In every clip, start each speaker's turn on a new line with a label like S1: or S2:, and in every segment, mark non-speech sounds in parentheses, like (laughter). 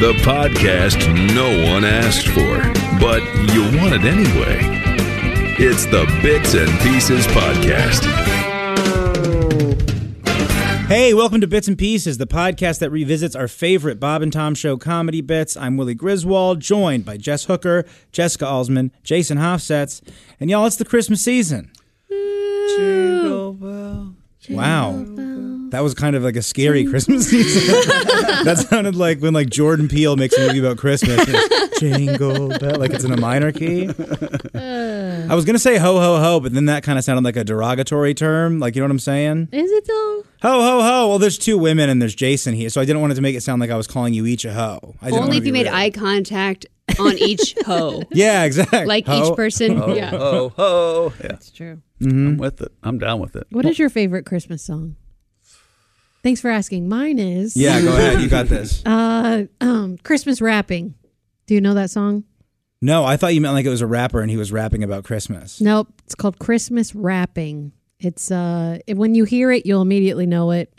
S1: The podcast no one asked for, but you want it anyway. It's the Bits and Pieces Podcast.
S2: Hey, welcome to Bits and Pieces, the podcast that revisits our favorite Bob and Tom show comedy bits. I'm Willie Griswold, joined by Jess Hooker, Jessica Alsman, Jason Hofsetz, and y'all, it's the Christmas season. Wow. That was kind of like a scary Christmas season. that sounded like when like Jordan Peele makes a movie about Christmas. and it's Jingle bell, like it's in a minor key. I was gonna say ho ho ho, but then that kind of sounded like a derogatory term. Like you know what I'm saying?
S3: Is it though?
S2: Ho ho ho! Well, there's two women and there's Jason here, so I didn't want it to make it sound like I was calling you each a hoe. I didn't wanna
S3: Only if
S2: be
S3: you made
S2: rude.
S3: eye contact on each hoe.
S2: Yeah, exactly.
S3: Like
S2: Hoe.
S3: each person. yeah.
S4: (laughs) Oh, ho. Yeah,
S3: That's true.
S4: I'm with it. I'm down with it.
S3: What is your favorite Christmas song? Thanks for asking. Mine is
S2: Yeah, go ahead. You got this.
S3: (laughs) uh um Christmas rapping. Do you know that song?
S2: No, I thought you meant like it was a rapper and he was rapping about Christmas.
S3: Nope. It's called Christmas rapping. It's uh it- when you hear it, you'll immediately know it.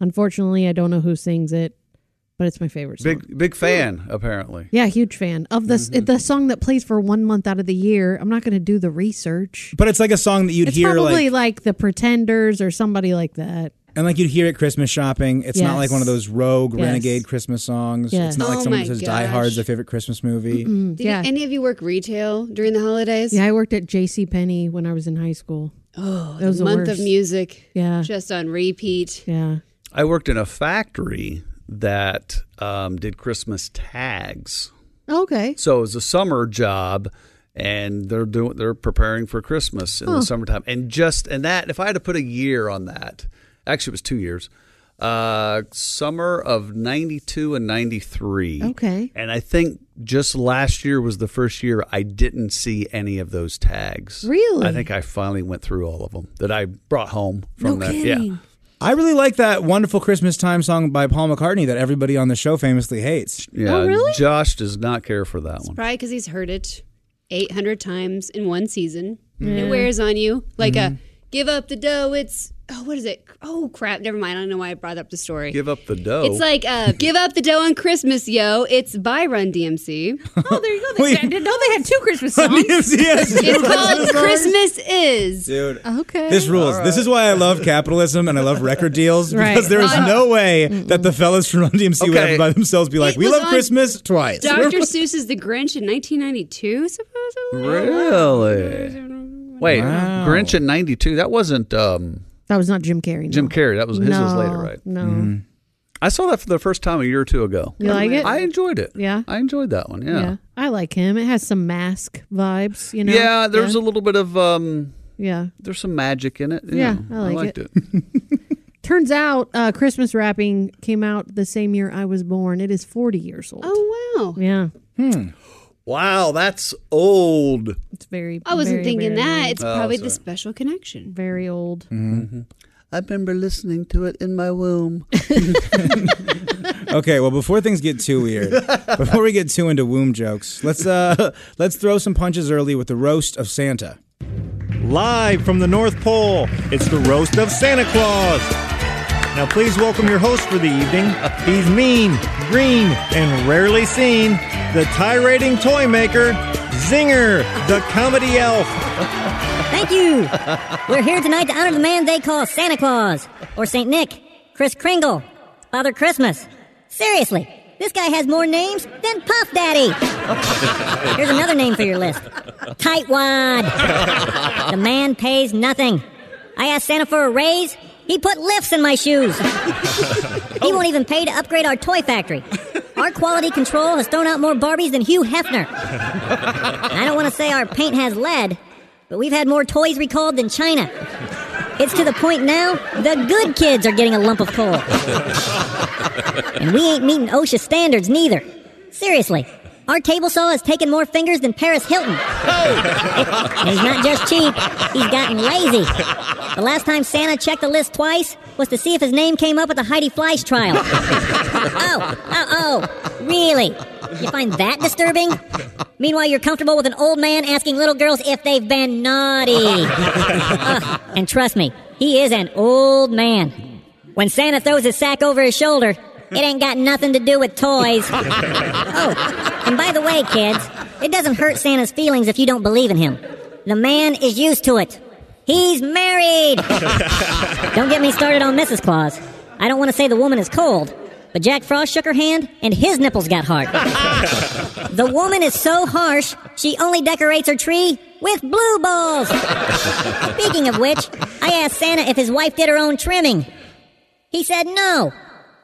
S3: Unfortunately, I don't know who sings it, but it's my favorite song.
S4: Big big fan, apparently.
S3: yeah, huge fan of this.
S2: Mm-hmm.
S3: The song that plays for one month out of the year. I'm not going to do the research.
S2: But it's like a song that you'd
S3: it's
S2: hear
S3: probably
S2: like,
S3: like, the Pretenders or somebody like that.
S2: and like you'd hear at Christmas shopping. It's not like one of those rogue
S3: Yes.
S2: renegade Christmas songs.
S3: Yes.
S2: It's not like
S5: Oh
S2: someone
S5: my
S2: who says
S5: gosh.
S2: Die Hard's their favorite Christmas movie.
S5: Did
S3: Mm, yeah.
S5: any of you work retail during the holidays?
S3: yeah, I worked at J.C. Penney when I was in high school.
S5: Oh,
S3: Those
S5: the
S3: are
S5: month
S3: worse.
S5: of music.
S3: Yeah.
S5: Just on repeat.
S3: Yeah.
S4: I worked in a factory that um, did Christmas tags.
S3: Okay.
S4: So it was a summer job, and they're doing they're preparing for Christmas in
S3: Huh.
S4: the summertime. And just and that, if I had to put a year on that, actually it was two years. Uh, summer of '92 and '93.
S3: Okay.
S4: And I think just last year was the first year I didn't see any of those tags.
S3: Really?
S4: I think I finally went through all of them that I brought home
S3: No
S4: from that.
S3: kidding.
S4: Yeah.
S2: I really like that wonderful Christmas time song by Paul McCartney that everybody on the show famously hates.
S4: Yeah.
S3: Oh, really?
S4: Josh does not care for that one.
S5: Probably because he's heard it 800 times in one season. It wears on you. Like a
S3: Mm-hmm.
S5: give up the dough. It's, oh, what is it? Oh, crap. Never mind. I don't know why I brought up the story.
S4: Give up the dough.
S5: it's like uh, give up the dough on Christmas, yo. It's by Run DMC.
S3: Oh, there you go.
S2: Wait.
S3: I didn't know they had two
S4: (laughs)
S3: Christmas songs.
S2: Yes.
S5: It's called Christmas Is.
S2: Dude.
S3: okay.
S2: This rules. This is why
S5: (laughs)
S2: I love capitalism and I love record deals
S3: Right.
S2: because there is no way that the fellas from Run DMC would
S4: Okay.
S2: ever by themselves be like,
S5: Uh-huh. It
S2: "We
S5: was
S2: love
S5: on
S2: Christmas twice."
S4: (laughs)
S5: Dr.
S2: (laughs)
S5: Seuss's The Grinch in 1992, supposedly.
S4: really? Wait, Grinch in 92. That wasn't um,
S3: that was not Jim Carrey. no.
S4: Jim Carrey. That was his
S3: no,
S4: was later, right?
S3: No.
S4: I saw that for the first time a year or two ago.
S3: You like it?
S4: I enjoyed it.
S3: Yeah.
S4: I enjoyed that one.
S3: yeah.
S4: Yeah. Yeah,
S3: I like him. It has some mask vibes, you know.
S4: there's a little bit of um
S3: Yeah.
S4: there's some magic in it.
S3: Yeah, I like
S4: liked it.
S3: Turns out uh, Christmas wrapping came out the same year I was born. It is 40 years old.
S5: Oh, wow.
S3: Yeah.
S4: Wow, that's old.
S3: It's very
S5: I wasn't
S3: very,
S5: thinking
S3: very
S5: that.
S3: old.
S5: It's
S4: Oh,
S5: probably the special connection.
S3: very old.
S2: Mm-hmm.
S4: I remember listening to it in my womb.
S2: Okay, well, before things get too
S5: (laughs)
S2: weird, before we get too into womb jokes, let's uh (laughs) let's throw some punches early with the roast of Santa.
S6: Live from the North Pole, it's the roast of Santa Claus. Now, please welcome your host for the evening. He's mean, green, and rarely seen. The tirading toy maker, Zinger, the comedy elf.
S7: Thank you. We're here tonight to honor the man they call Santa Claus, or St. Nick, Chris Kringle, Father Christmas, Seriously, this guy has more names than Puff Daddy. Here's another name for your list Tightwad. The man pays nothing. I asked Santa for a raise. He put lifts in my shoes. He won't even pay to upgrade our toy factory. Our quality control has thrown out more Barbies than Hugh Hefner. And I don't want to say our paint has lead, but we've had more toys recalled than China. It's to the point now the good kids are getting a lump of coal. And we ain't meeting OSHA standards neither. Seriously, our table saw has taken more fingers than Paris Hilton. And he's not just cheap, he's gotten lazy. The last time Santa checked the list twice was to see if his name came up at the Heidi Fleisch trial. oh, oh, oh, really? You find that disturbing? Meanwhile, you're comfortable with an old man asking little girls if they've been naughty. Ugh, and trust me, he is an old man. When Santa throws his sack over his shoulder, it ain't got nothing to do with toys. oh, and by the way, kids, it doesn't hurt Santa's feelings if you don't believe in him. The man is used to it. He's married. don't get me started on Mrs. Claus. I don't want to say the woman is cold, but Jack Frost shook her hand and his nipples got hard. the woman is so harsh, she only decorates her tree with blue balls. Speaking of which, I asked Santa if his wife did her own trimming. He said no.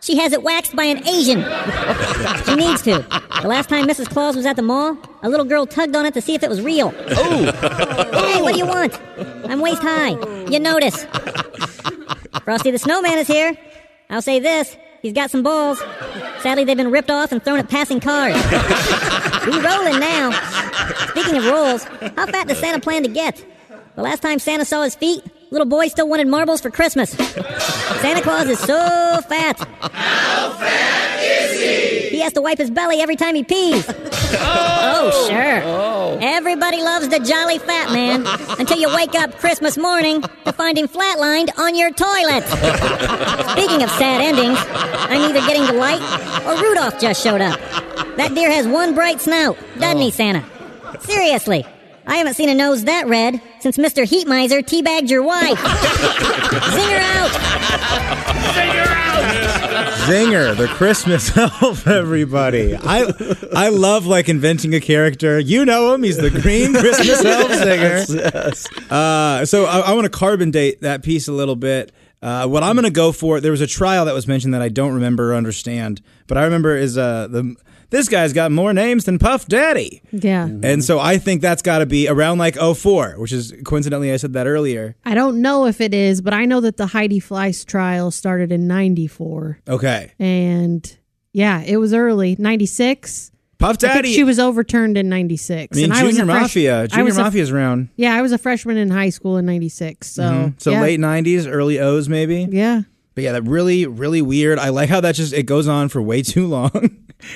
S7: She has it waxed by an Asian. She needs to. The last time Mrs. Claus was at the mall, a little girl tugged on it to see if it was real. Hey, what do you want? I'm waist high. You notice. Frosty the Snowman is here. I'll say this. He's got some balls. Sadly, they've been ripped off and thrown at passing cars. we rolling now. Speaking of rolls, how fat does Santa plan to get? The last time Santa saw his feet, little boy still wanted marbles for Christmas. Santa Claus is so fat. How fat is he? He has to wipe his belly every time he pees. Oh, sure. Everybody loves the jolly fat man until you wake up Christmas morning to find him flatlined on your toilet. Speaking of sad endings, I'm either getting the light or Rudolph just showed up. That deer has one bright snout, doesn't he, Santa? Seriously, I haven't seen a nose that red since Mr. Heat Miser teabagged your wife. Zinger out!
S2: Zinger, the Christmas (laughs) elf, everybody. I I love like inventing a character. You know him; he's the Green Christmas elf singer. Uh, so I, I want to carbon date that piece a little bit. Uh, what I'm going to go for there was a trial that was mentioned that I don't remember or understand, but I remember is uh, the this guy's got more names than Puff Daddy.
S3: Yeah.
S4: Mm-hmm.
S2: And so I think that's got to be around like 04, which is coincidentally I said that earlier.
S3: I don't know if it is, but I know that the Heidi Fleiss trial started in 94.
S2: Okay.
S3: And yeah, it was early, 96.
S2: Puff
S3: I think
S2: Daddy.
S3: she was overturned in 96.
S2: I mean,
S3: and I was
S2: Junior
S3: a fresh-
S2: Mafia.
S3: I
S2: Junior
S3: was a-
S2: Mafia's around. Mm-hmm.
S3: Yeah, I was a freshman in high school in 96. So,
S2: So
S3: yeah.
S2: late '90s, early O's maybe.
S3: Yeah.
S2: But yeah, that really, really weird. I like how that just it goes on for way (laughs) too long.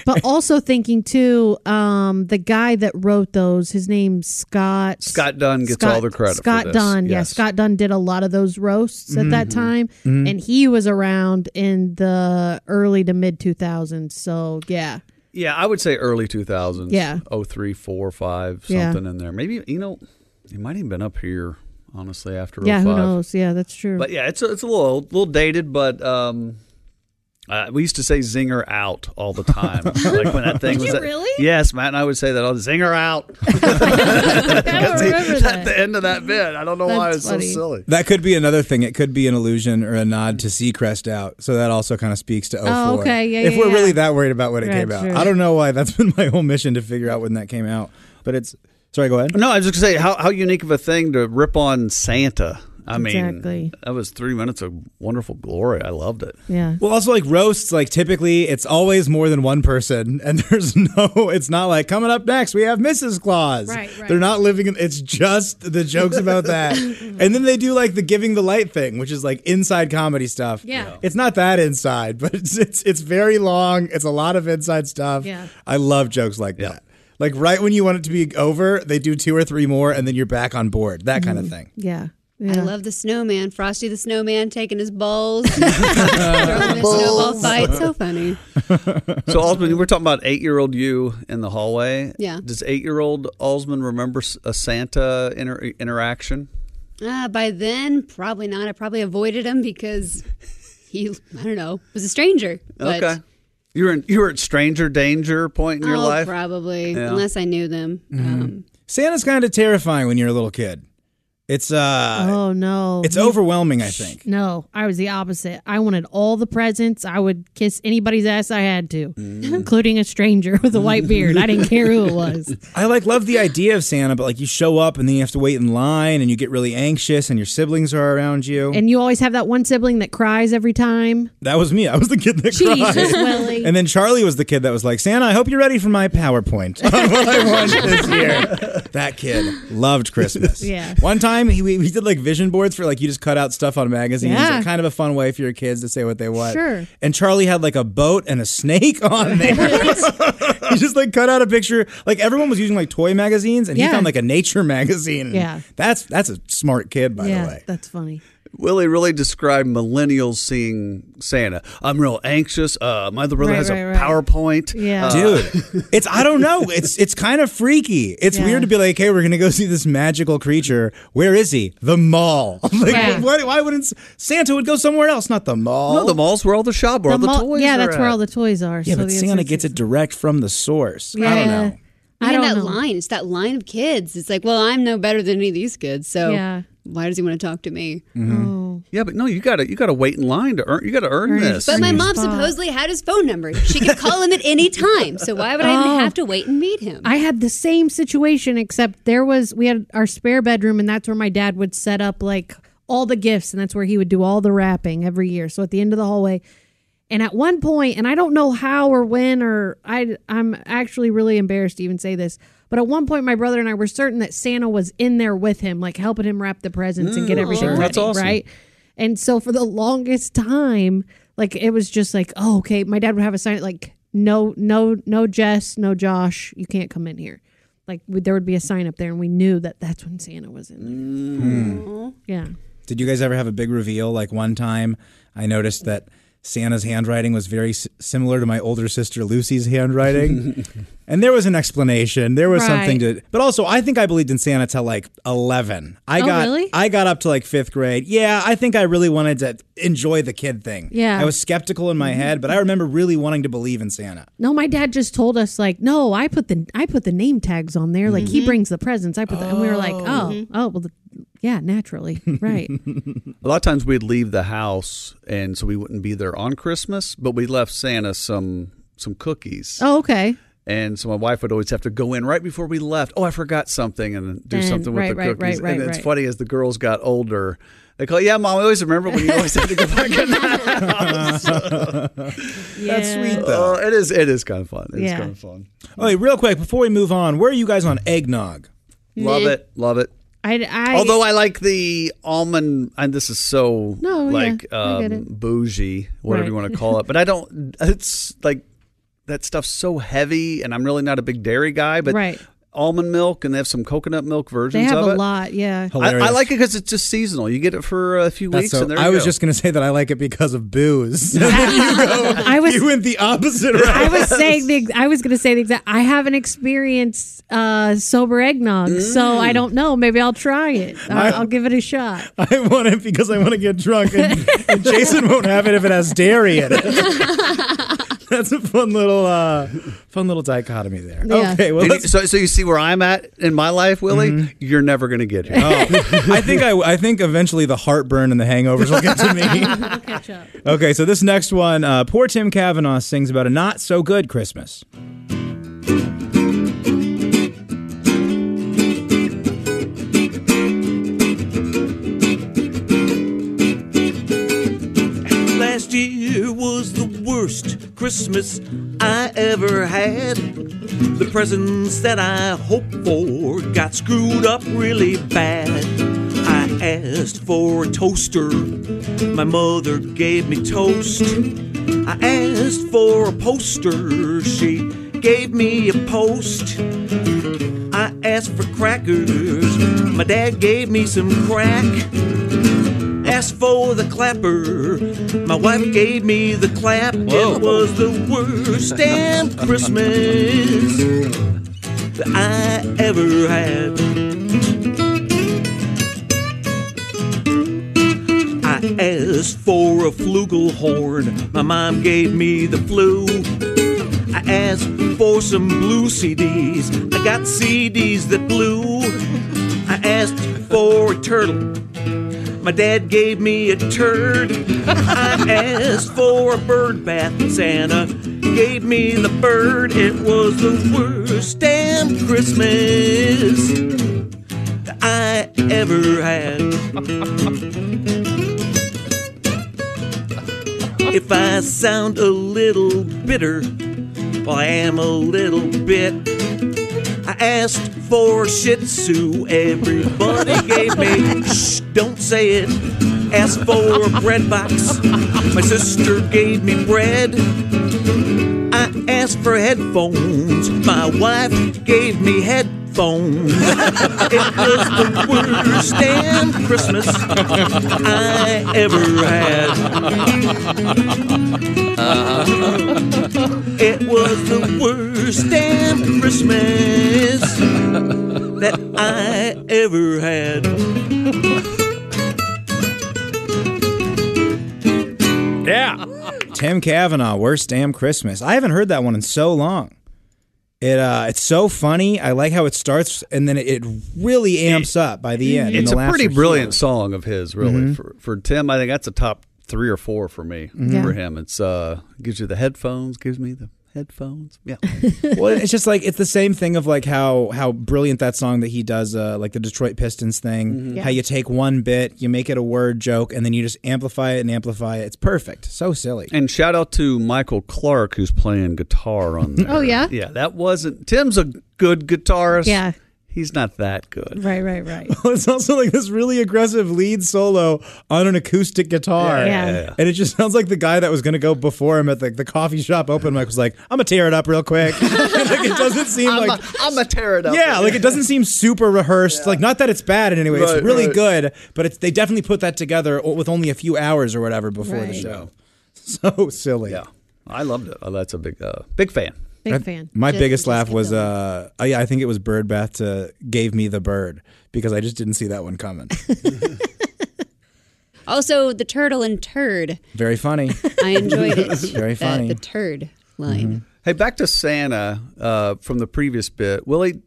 S3: But also thinking too, um, the guy that wrote those, his name's Scott.
S4: Scott Dunn gets all the credit for
S3: Scott
S4: this.
S3: Dunn, yeah,
S4: Yes.
S3: Scott Dunn did a lot of those roasts at that
S2: Mm-hmm.
S3: time, and he was around in the early to mid 2000s. So yeah,
S4: Yeah, I would say early Oh, 2000s.
S3: Yeah.
S4: 03, 4, 5, something
S3: Yeah.
S4: in there. Maybe, you know, it might even been up here, honestly, after
S3: yeah,
S4: 05.
S3: who knows? Yeah, that's true.
S4: But yeah, it's a, it's a little old, little dated, but um, uh, we used to say zinger out all the
S3: (laughs)
S4: time. like when that thing was
S5: you
S4: that-
S5: really?
S4: Yes, Matt and I would say that all zinger
S3: (laughs)
S4: out. (laughs) That's the-
S3: remember
S4: At
S3: that.
S4: the end of that bit. I don't know why
S3: That's
S4: it's
S3: funny.
S4: so silly.
S2: That could be another thing. It could be an illusion or a nod to Seacrest out. So that also kind of speaks to 04.
S3: Oh, okay. Yeah,
S2: if
S3: yeah,
S2: we're
S3: yeah.
S2: really that worried about when it
S3: Right,
S2: came out,
S3: sure.
S2: I don't know why that's (laughs) been my whole mission to figure out when that came out. But it's sorry. Go ahead.
S4: No, I was just going to say, how, how unique of a thing to rip on Santa. I mean,
S3: Exactly.
S4: that was three minutes of wonderful glory. I loved it. (laughs)
S3: yeah,
S2: Well, also like roasts, like typically it's always more than one person, (laughs) and there's no. It's not like coming up next we have Mrs. Claus.
S3: Right, right.
S2: They're not living in. It's just the jokes about
S3: (laughs)
S2: that, and then they do like the giving the light thing, which is like inside comedy stuff.
S3: Yeah. Yeah.
S2: it's not that inside, (laughs) but it's it's, it's very long. It's a lot of inside stuff.
S3: Yeah.
S2: I love jokes like that. Like right when you want it to be over, they do two or three more, and then you're back on board. That kind of
S3: Mm-hmm.
S2: thing.
S3: yeah.
S5: I
S3: Yeah.
S5: love the snowman, Frosty the snowman taking his
S4: (laughs)
S5: balls, throwing a snowball fight. So funny.
S4: So Osman, we're talking about eight-year-old you in the hallway.
S5: Yeah.
S4: Does eight-year-old Osman remember s- a Santa inter- interaction?
S5: Uh, by then, probably not. I probably avoided him because he, I don't know, was a stranger. But
S4: Okay. You were in, you were at stranger danger point in your
S5: oh,
S4: life.
S5: probably.
S2: Yeah.
S5: Unless I knew them.
S3: Um,
S2: Mhm. Santa's kind of terrifying when you're a little kid. It's uh,
S3: oh no,
S2: it's
S3: You-
S2: overwhelming. I think.
S3: No, I was the opposite. I wanted all the presents. I would kiss anybody's ass I had to,
S4: Mm.
S3: (laughs) including a stranger with a white beard. I didn't care who
S4: (laughs)
S3: it was.
S2: I like love the idea of Santa, but like you show up and then you have to wait in line and you get really anxious and your siblings are around you.
S3: And you always have that one sibling that cries every time.
S2: that was me. I was the kid that
S3: Jesus,
S2: cried.
S3: Willie.
S2: And then Charlie was the kid that was like, Santa, I hope you're ready for my PowerPoint (laughs) on what I want this year. That kid loved Christmas. (laughs)
S3: Yeah.
S2: One time he, we, we did like vision boards for like you just cut out stuff on magazines.
S3: Yeah.
S2: Like, kind of a fun way for your kids to say what they want.
S3: Sure.
S2: And Charlie had like a boat and a snake (laughs) on there. (laughs) he just like cut out a picture. Like everyone was using like toy magazines and he
S3: Yeah.
S2: found like a nature (laughs) magazine. And
S3: Yeah.
S2: That's that's a smart kid, by
S3: yeah,
S2: the way.
S3: that's funny.
S4: Willie really described millennials seeing Santa. I'm real anxious. Uh, my other brother
S2: Right,
S4: has a
S2: right, right.
S4: PowerPoint.
S3: Yeah.
S4: Uh,
S2: Dude, it's I don't know. It's it's kind of freaky. It's
S3: Yeah.
S2: weird to be like, hey, we're gonna go see this magical creature. Where is he? The mall. (laughs) like,
S3: Yeah.
S2: why, why wouldn't S- Santa would go somewhere else, not the mall?
S4: No, the mall's where all the shop, where all the
S3: mall-
S4: toys
S3: yeah,
S4: are
S3: that's where
S4: at.
S3: all the toys are.
S2: Yeah,
S3: so
S2: but
S3: the
S2: Santa gets it direct from the source. I don't know.
S5: I
S3: I don't
S5: that
S3: know.
S5: line. It's that line of kids. It's like, well, I'm no better than any of these kids. So
S3: Yeah.
S5: why does he want to talk to me?
S4: Yeah, but no, you gotta you gotta wait in line to earn. You gotta earn this.
S5: But my mom supposedly had his phone number. She could call him at any time. So why would
S3: Oh.
S5: I have to wait and meet him?
S3: I had the same situation, except there was we had our spare bedroom, and that's where my dad would set up like all the gifts, and that's where he would do all the wrapping every year. So at the end of the hallway, and at one point, and I don't know how or when, or I I'm actually really embarrassed to even say this, but at one point, my brother and I were certain that Santa was in there with him, like helping him wrap the presents and get
S5: Mm,
S3: everything
S5: sure.
S3: ready,
S5: That's awesome.
S3: right? And so for the longest time, like it was just like, oh, okay. My dad would have a sign like, no, no, no, Jess, no, Josh, you can't come in here. Like we- there would be a sign up there, and we knew that that's when Santa was in there. Yeah.
S2: Did you guys ever have a big reveal? Like one time, I noticed that Santa's handwriting was very s- similar to my older sister Lucy's
S4: (laughs)
S2: handwriting, and there was an explanation. There was
S3: Right.
S2: something to, but also I think I believed in Santa till like eleven. I
S3: Oh,
S2: got
S3: really?
S2: I got up to like fifth grade. Yeah, I think I really wanted to enjoy the kid thing.
S3: Yeah. Mm-hmm.
S2: I was skeptical in my head, but I remember really wanting to believe in
S4: (laughs)
S2: Santa.
S3: No, my dad just told us like, no, I put the I put the name tags on there. Like he brings the presents. I put the, and we were like, oh, oh, well, the, yeah, naturally, right.
S4: A lot of times we'd leave the house, and so we wouldn't be there on Christmas, but we left Santa some some cookies.
S3: oh, okay.
S4: And so my wife would always have to go in right before we left. Oh, I forgot something, and then do
S3: And-
S4: something with
S3: right,
S4: the
S3: right,
S4: cookies.
S3: right, right,
S4: and it's
S3: right.
S4: funny as the girls got older, they call, "Yeah, mom, I always remember when you always had to go back in the house."
S3: (laughs)
S2: That's sweet though.
S4: Oh, it is. It is kind of fun. It's
S3: Yeah.
S4: kind of fun.
S2: Oh, wait, real quick before we move on, where are you guys on eggnog?
S4: Love it. Love it.
S3: I, I
S4: Although I like the almond, and this is so
S3: No, yeah,
S4: like
S3: I get
S4: um, bougie, whatever you
S3: Right.
S4: want to call it. But I don't. It's like that stuff's so heavy, and I'm really not a big dairy guy. But
S3: Right.
S4: almond milk, and they have some coconut milk
S3: they
S4: versions
S3: have
S4: of
S3: a
S4: it.
S3: lot. Yeah.
S4: I, I
S2: Hilarious.
S4: like it because it's just seasonal. You get it for a few
S2: That's
S4: weeks,
S2: so-
S4: and there you
S2: I was
S4: go.
S2: just gonna say that I like it because of
S4: (laughs)
S2: booze.
S3: I was
S2: you went the opposite route.
S3: I was saying the. ex- I was going to say the exact. I haven't experienced uh, sober eggnog, so
S2: Mm.
S3: I don't know. Maybe I'll
S2: (laughs)
S3: try it. I'll, I'll give it a shot.
S2: I want it because I want to get drunk, and, and Jason won't have it if it has dairy in it. (laughs) That's a fun little, uh, fun little dichotomy there.
S3: Yeah.
S2: Okay, well,
S4: And you-
S2: let's- Mm-hmm.
S4: so, so you see where I'm at in my life, Willie. You're never going to get
S2: oh.
S4: it.
S2: (laughs) I think I, I think eventually the heartburn and the hangovers will get
S3: (laughs)
S2: to me.
S3: I'll catch up.
S2: okay, so this next one, uh, poor Tim Kavanaugh sings about a not so good Christmas.
S8: Last year was the worst Christmas I ever had. The presents that I hoped for got screwed up really bad. I asked for a toaster, my mother gave me toast. I asked for a poster, she gave me a post. I asked for crackers, my dad gave me some crack. Asked for the clapper. My wife gave me the clap.
S6: Whoa.
S8: It was the worst damn Christmas that I ever had. I just for a flugelhorn. My mom gave me the flu. I asked for some blue CDs. I got CDs that blew. I asked for a turtle. My dad gave me a turd. I asked for a bird bath. Santa gave me the bird. It was the worst damn Christmas that I ever had. If I sound a little bitter, well, I am a little bit. I asked for Shih Tzu, everybody gave me. Shh, don't say it. Asked for a bread box, my sister gave me bread. I asked for headphones, my wife gave me headphones. (laughs) it was the worst damn Christmas I ever had. (laughs) It was the worst damn Christmas that I ever had.
S6: Yeah.
S2: Tim Kavanaugh, worst damn Christmas. I haven't heard that one in so long. It uh, it's so funny. I like how it starts and then it, it really amps up by the end. and
S4: It's
S2: the
S4: a
S2: laughs
S4: pretty
S2: are huge.
S4: brilliant song of his, really.
S2: Mhm.
S4: For, for Tim, I think that's a top three or four for me.
S2: Mhm.
S4: For him, it's uh, gives you the headphones, gives me the headphones. Yeah,
S2: well, it's just like it's the same thing of like how how brilliant that song that he does, uh, like the Detroit Pistons thing.
S4: Mhm. Yeah.
S2: How you take one bit, you make it a word joke, and then you just amplify it and amplify it. It's perfect. So silly. (laughs)
S4: And shout out to Michael Clark who's playing guitar on there.
S3: Oh, yeah?
S4: yeah. That wasn't Tim's a good guitarist.
S3: Yeah.
S4: he's not that good.
S3: Right, right, right. (laughs)
S2: Well, it's also like this really aggressive lead solo on an acoustic guitar.
S3: Yeah. Yeah.
S2: And it just sounds like the guy that was going to go before him at the, the coffee shop open mic was like, I'm going to tear it up real quick. (laughs) like it doesn't seem
S4: I'm
S2: like.
S4: a, I'm a tear it up.
S2: yeah, like it doesn't seem super
S4: (laughs)
S2: rehearsed. Like, not that it's bad in any way.
S4: Right,
S2: it's really
S4: right.
S2: good, but it's, they definitely put that together o- with only a few hours or whatever before the
S4: Right.
S2: show. (laughs) So silly.
S4: Yeah, I loved it. Oh, that's a big, uh, big fan.
S3: Big
S2: I-
S3: fan.
S2: My
S3: Just-
S2: biggest
S3: just
S2: laugh
S3: get
S2: was,
S3: going.
S2: uh, oh, yeah, I think it was Bird Bath to gave me the bird because I just didn't see that one
S3: (laughs)
S2: coming.
S5: Also, the turtle and turd.
S2: Very funny.
S5: I enjoyed
S3: (laughs)
S5: it.
S2: Very
S5: The-
S2: funny.
S5: The, turd line.
S4: Hey, back to Santa uh, from the previous bit, Willie.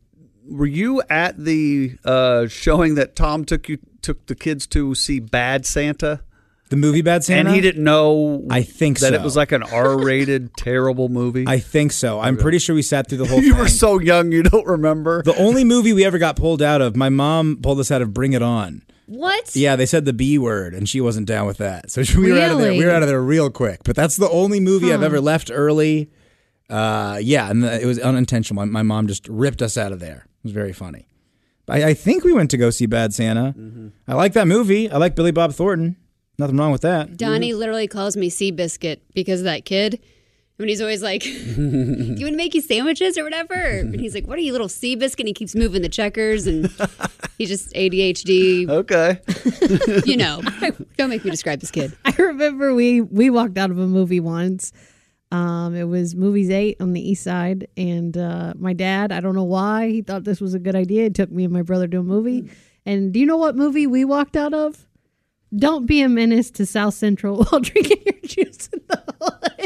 S4: Were you at the uh, showing that Tom took you took the kids to see Bad Santa?
S2: The movie Bad Santa?
S4: and he didn't know.
S2: I think
S4: that
S2: so.
S4: it was like
S2: (laughs)
S4: an R-rated, terrible movie.
S2: (laughs) I think so. I'm pretty sure we sat through the whole
S4: (laughs) you
S2: thing.
S4: were so young, you don't remember.
S2: the only movie we ever got pulled out of, my mom pulled us out of Bring It On.
S9: What?
S2: Yeah, they said the B word, and she wasn't down with that. So (laughs) we were out of there. We
S9: Really?
S2: were out of there real quick. But that's the only movie I've
S9: Huh.
S2: ever left early. Uh, yeah, and the, it was unintentional. My, my mom just ripped us out of there. It was very funny. I, I think we went to go see Bad Santa.
S3: Mm-hmm.
S2: I like that movie. I like Billy Bob Thornton. Nothing wrong with that.
S4: (laughs)
S5: Donnie
S3: Mm-hmm.
S5: literally calls me Seabiscuit because of that kid. I mean, he's always like, (laughs) Do you want to make you sandwiches or whatever? And he's like, What are you, little Seabiscuit? And he keeps moving the checkers and he's just ADHD.
S4: Okay.
S5: you know, (laughs) don't make me describe this kid.
S3: I remember we we walked out of a movie once. Um, it was movies eight on the east side, and uh, my dad. I don't know why he thought this was a good idea. He took me and my brother to a
S2: Mm.
S3: movie. And do you know what movie we walked out of? Don't be a menace to South Central (laughs) while drinking your juice.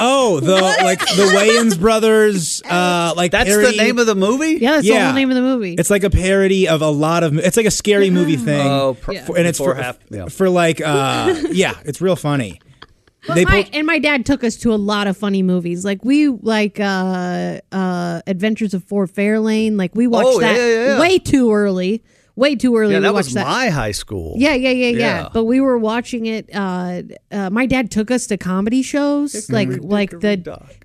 S2: Oh, the like
S3: (laughs)
S2: the Wayans brothers. Uh, like
S4: That's the
S2: parody-
S4: name of the movie.
S3: Yeah, that's the whole name of the movie.
S2: It's like a parody of a lot of. It's like a scary movie thing.
S4: Oh, pr-
S2: for, and it's
S4: before
S2: for
S4: half- yeah.
S2: for like
S3: (laughs)
S2: uh, yeah, it's real funny.
S3: But
S2: They
S3: my,
S2: pulled-
S3: and my dad took us to a lot of funny movies. Like we like uh uh Adventures of Four Fairlane. Like we watched
S4: Oh, yeah,
S3: that
S4: yeah, yeah.
S3: way too early. Way too early.
S4: yeah,
S3: we
S4: that
S3: watched
S4: was my high school.
S3: Yeah, yeah, yeah, yeah,
S4: Yeah.
S3: But we were watching it. Uh, uh, my dad took us to comedy shows, like like the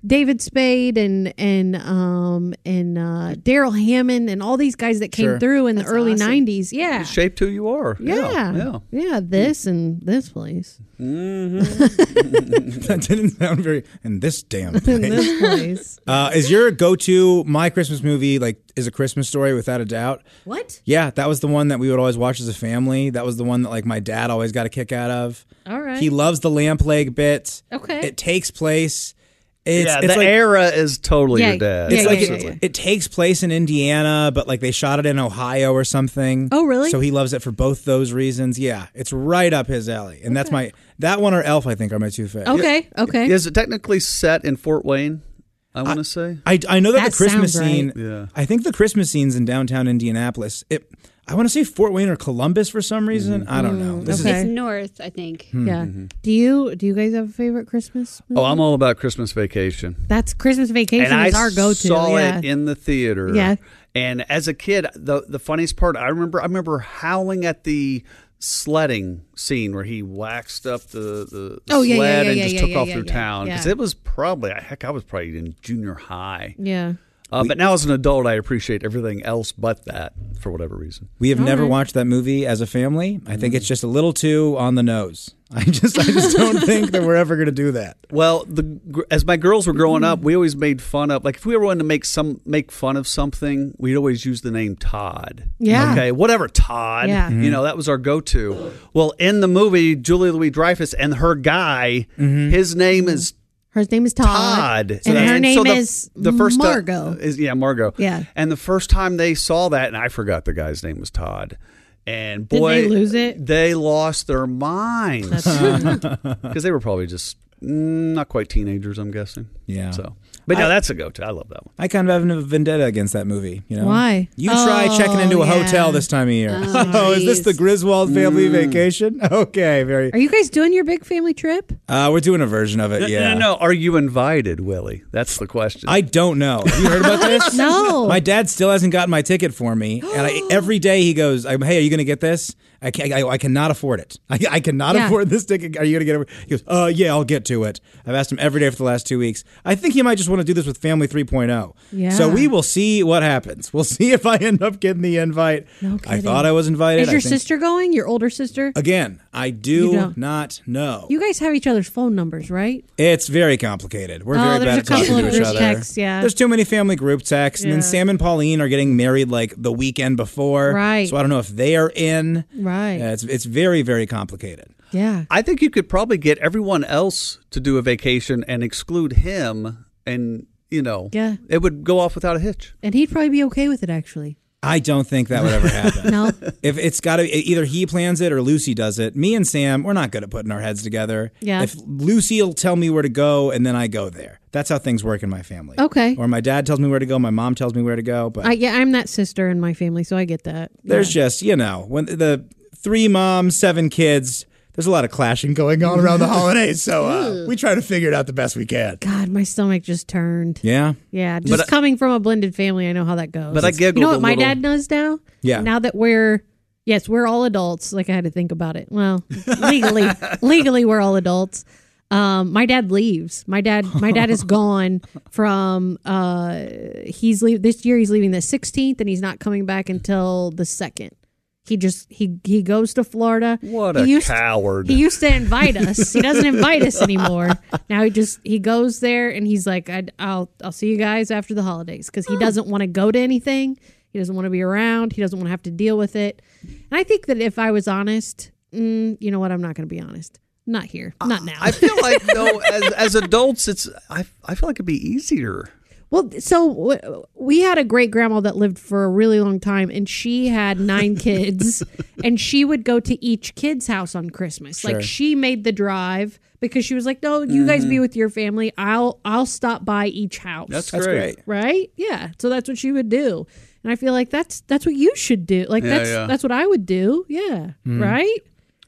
S3: David Spade and and um and uh, Daryl Hammond and all these guys that came
S4: Sure.
S3: through in the early '90s.
S4: It
S3: Yeah.
S4: shaped who you are.
S3: yeah,
S4: yeah.
S3: yeah, This and this place.
S4: Mm-hmm.
S2: (laughs) that didn't sound very. In this
S3: (laughs)
S2: damn place.
S3: this place.
S2: Uh, is your go-to my Christmas movie like is a Christmas story without a doubt?
S3: What?
S2: Yeah, that was the one that we would always watch as a family. That was the one that like my dad always got a kick out of.
S3: All right.
S2: He loves the lamp leg bit.
S3: Okay.
S2: It takes place It's,
S4: yeah,
S2: it's
S4: the
S2: like-
S4: era is totally your dad.
S2: It's like
S4: Absolutely.
S2: it, it takes place in Indiana, but like they shot it in Ohio or something.
S3: Oh, really?
S2: So he loves it for both those reasons. Yeah, it's right up his alley, and that's my that one or Elf. I think are my two favorites.
S3: Okay, okay.
S4: Is it technically set in Fort Wayne? I want to say.
S2: I, I know that,
S4: That
S2: the Christmas
S4: sounds right.
S2: scene.
S4: Yeah.
S2: I think the Christmas scenes in downtown Indianapolis. It, I want to say Fort Wayne or Columbus for some reason.
S5: Mm-hmm.
S2: I don't know.
S4: Mm,
S2: This
S5: it's
S2: is
S5: north, I think.
S2: Hmm.
S3: Yeah. Do you do you guys have a favorite Christmas?
S4: Oh, I'm all about Christmas Vacation.
S3: That's Christmas Vacation
S4: and
S3: is
S4: I
S3: our go-to.
S4: Saw
S3: yeah.
S4: it in the theater.
S3: Yeah.
S4: And as a kid, the the funniest part I remember, I remember howling at the sledding scene where he waxed up the, the, the
S3: Oh, yeah, yeah,
S4: sled
S3: yeah,
S4: and
S3: yeah,
S4: just
S3: yeah,
S4: took
S3: yeah,
S4: off
S3: yeah,
S4: through
S3: yeah,
S4: town because
S3: yeah.
S4: it was probably heck, I was probably in junior high.
S3: yeah.
S4: Uh, but now as an adult, I appreciate everything else but that for whatever reason.
S2: we have
S4: All
S2: never
S4: right.
S2: watched that movie as a family. I think it's just a little too on the nose. I just I just
S4: (laughs)
S2: don't think that we're ever going to do that.
S4: Well, the gr- as my girls were growing up, we always made fun of like if we were wanting to make some make fun of something, we'd always use the name Todd.
S9: Yeah.
S4: Okay, whatever Todd.
S9: Yeah. Mhm.
S4: You know, that was our go-to. Well, in the movie, Julia Louis-Dreyfus and her guy, his name is
S3: Her name is Todd.
S4: Todd.
S3: And her name
S4: the- uh,
S3: is
S4: ti-
S3: Margot.
S4: is yeah, Margot.
S3: Yeah.
S4: And the first time they saw that, and I forgot the guy's name was Todd. And
S3: Did
S4: boy,
S3: they lose it?
S4: They lost their minds (laughs) because they were probably just mm, not quite teenagers, I'm guessing.
S2: Yeah.
S4: So, but no,
S2: I-
S4: that's a go-to. I love that one.
S2: I kind of have a vendetta against that movie. You know
S4: Why?
S2: You try
S4: Oh,
S2: checking into a
S4: yeah.
S2: hotel this time of year.
S3: Oh,
S2: (laughs) Oh, is this the Griswold family vacation? (laughs) Okay, very.
S3: Are you guys doing your big family trip?
S2: Uh, we're doing a version of it.
S4: No,
S2: yeah.
S4: no, no, no. Are you invited, Willie? That's the question.
S2: I don't know. Have you heard about this?
S3: No.
S2: My dad still hasn't gotten my ticket for me, and
S3: (gasps)
S2: I, every day he goes, I'm, "Hey, are you going to get this? I, can, I, I cannot afford it. (laughs) I, I cannot
S3: Yeah.
S2: afford this ticket. Are you going to get it?" He goes, "Uh, yeah, I'll get to it." I've asked him every day for the last two weeks. I think he might just want to do this with Family 3.0.
S9: Yeah.
S2: So we will see what happens. We'll (laughs) see if I end up getting the invite.
S3: No
S2: I
S3: kidding.
S2: thought I was invited.
S3: Is
S2: I
S3: your
S2: think-
S3: sister going? Your older sister?
S2: Again, I
S3: You
S2: do
S3: don't.
S2: not know.
S3: You guys have each other's phone numbers, right?
S2: It's very complicated. We're
S3: Oh,
S2: very
S3: there's
S2: bad
S3: a
S2: at talking
S3: couple
S2: to
S3: of
S2: each
S3: group
S2: other.
S3: texts, yeah.
S2: There's too many family group texts, and
S3: Yeah.
S2: then Sam and Pauline are getting married like the weekend before.
S3: Right.
S2: So I don't know if they are in.
S3: Right.
S2: Uh, it's it's very very complicated.
S3: Yeah.
S4: I think you could probably get everyone else to do a vacation and exclude him, and you know,
S3: Yeah.
S4: it would go off without a hitch.
S3: And he'd probably be okay with it, actually.
S2: I don't think that would ever
S3: (laughs)
S2: happen.
S3: No.
S2: If it's got to either he plans it or Lucy does it. Me and Sam, we're not good at putting our heads together.
S3: Yeah.
S2: If Lucy'll tell me where to go and then I go there. That's how things work in my family.
S3: Okay.
S2: Or my dad tells me where to go, my mom tells me where to go, but
S3: I, yeah, I'm that sister in my family, so I get that.
S2: There's just you know when the three moms, seven kids. There's a lot of clashing going on around
S3: (laughs)
S2: the holidays, so uh, we try to figure it out the best we can.
S3: God, my stomach just turned.
S2: Yeah.
S3: Yeah, just
S2: But I-
S3: coming from a blended family, I know how that goes.
S2: But I
S3: You
S2: giggled
S3: know what
S2: a
S3: my
S2: little.
S3: dad does now?
S2: Yeah.
S3: Now that we're yes, we're all adults. Like I had to think about it. Well,
S2: (laughs)
S3: legally, legally, we're all adults. Um, my dad leaves. My dad, my
S2: (laughs)
S3: dad is gone from. Uh, he's leave this year. He's leaving the 16th, and he's not coming back until the second. He just he he goes to Florida.
S4: What
S3: He
S4: a
S3: used-
S4: coward!
S3: he used to invite us. He doesn't
S2: (laughs)
S3: invite us anymore. Now he just he goes there and he's like, I, "I'll I'll see you guys after the holidays" because he doesn't want to go to anything. He doesn't want to be around. He doesn't want to have to deal with it. And I think that if I was honest, mm, you know what? I'm not going to be honest. Not here. Not now.
S4: I feel like though, as, as adults, it's I, I feel like it'd be easier.
S3: Well, so w- we had a great grandma that lived for a really long time, and she
S9: (laughs)
S3: had nine kids, and she would go to each kid's house on Christmas.
S9: Sure.
S3: Like she made the drive because she was like, "No, you guys
S9: Mhm.
S3: be with your family. I'll I'll stop by each house."
S9: That's That's great. great.
S3: right? Yeah. So that's what she would do, and I feel like that's that's what you should do. Like
S4: Yeah,
S3: that's
S4: yeah.
S3: that's what I would do. Yeah.
S9: Hmm.
S4: Mhm.
S3: Right.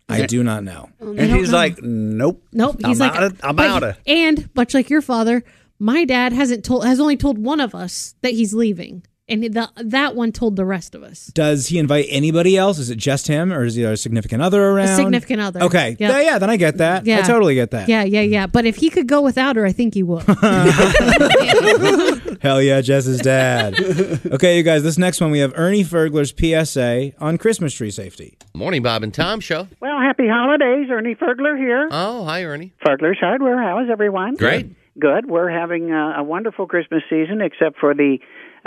S2: I do not know.
S3: Oh, no.
S4: and
S3: I don't
S4: he's
S3: know.
S4: like, nope,
S3: Nope, he's
S4: I'm
S3: like,
S4: outta- I'm
S3: but-
S4: out of.
S3: And much like your father, my dad hasn't told has only told one of us that he's leaving, and the, that one told the rest of us.
S2: Does he invite anybody else? Is it just him, or is there a significant other around?
S3: significant other.
S2: Okay.
S3: Yeah.
S2: Yeah. yeah then I get that. I totally get that.
S3: Yeah, yeah, yeah. But if he could go without her, I think he
S2: (laughs)
S3: would.
S2: Hell yeah, Jess's
S3: (laughs)
S2: dad. okay, you guys. This next one we have Ernie Fergler's PSA on Christmas tree safety.
S10: Morning, Bob and Tom
S2: (laughs)
S10: show.
S11: Well, happy holidays. Ernie Fergler here.
S10: Oh, hi, Ernie.
S11: Fergler's Hardware. How is everyone?
S10: Great.
S11: Good. We're having a, a wonderful Christmas season, except for the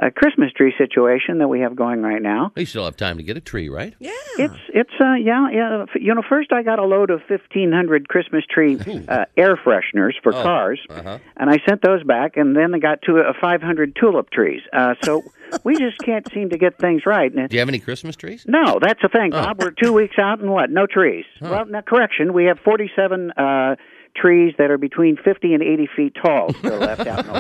S11: uh, Christmas tree situation that we have going right now.
S10: You still have time to get a tree, right? Yeah.
S11: It's it's uh yeah yeah f- you know first I got a load of fifteen hundred Christmas tree uh, air fresheners for
S10: Oh,
S11: cars,
S10: uh-huh.
S11: and I sent those back, and then I got to uh, five hundred tulip trees. Uh,
S10: (laughs)
S11: so we just can't seem to get things right. And
S10: Do you have any Christmas trees?
S11: No, that's the thing,
S10: Oh.
S11: Bob. We're two weeks out and what? No trees. Well, now correction, we have forty-seven uh, trees that are between fifty and eighty feet tall still left out in the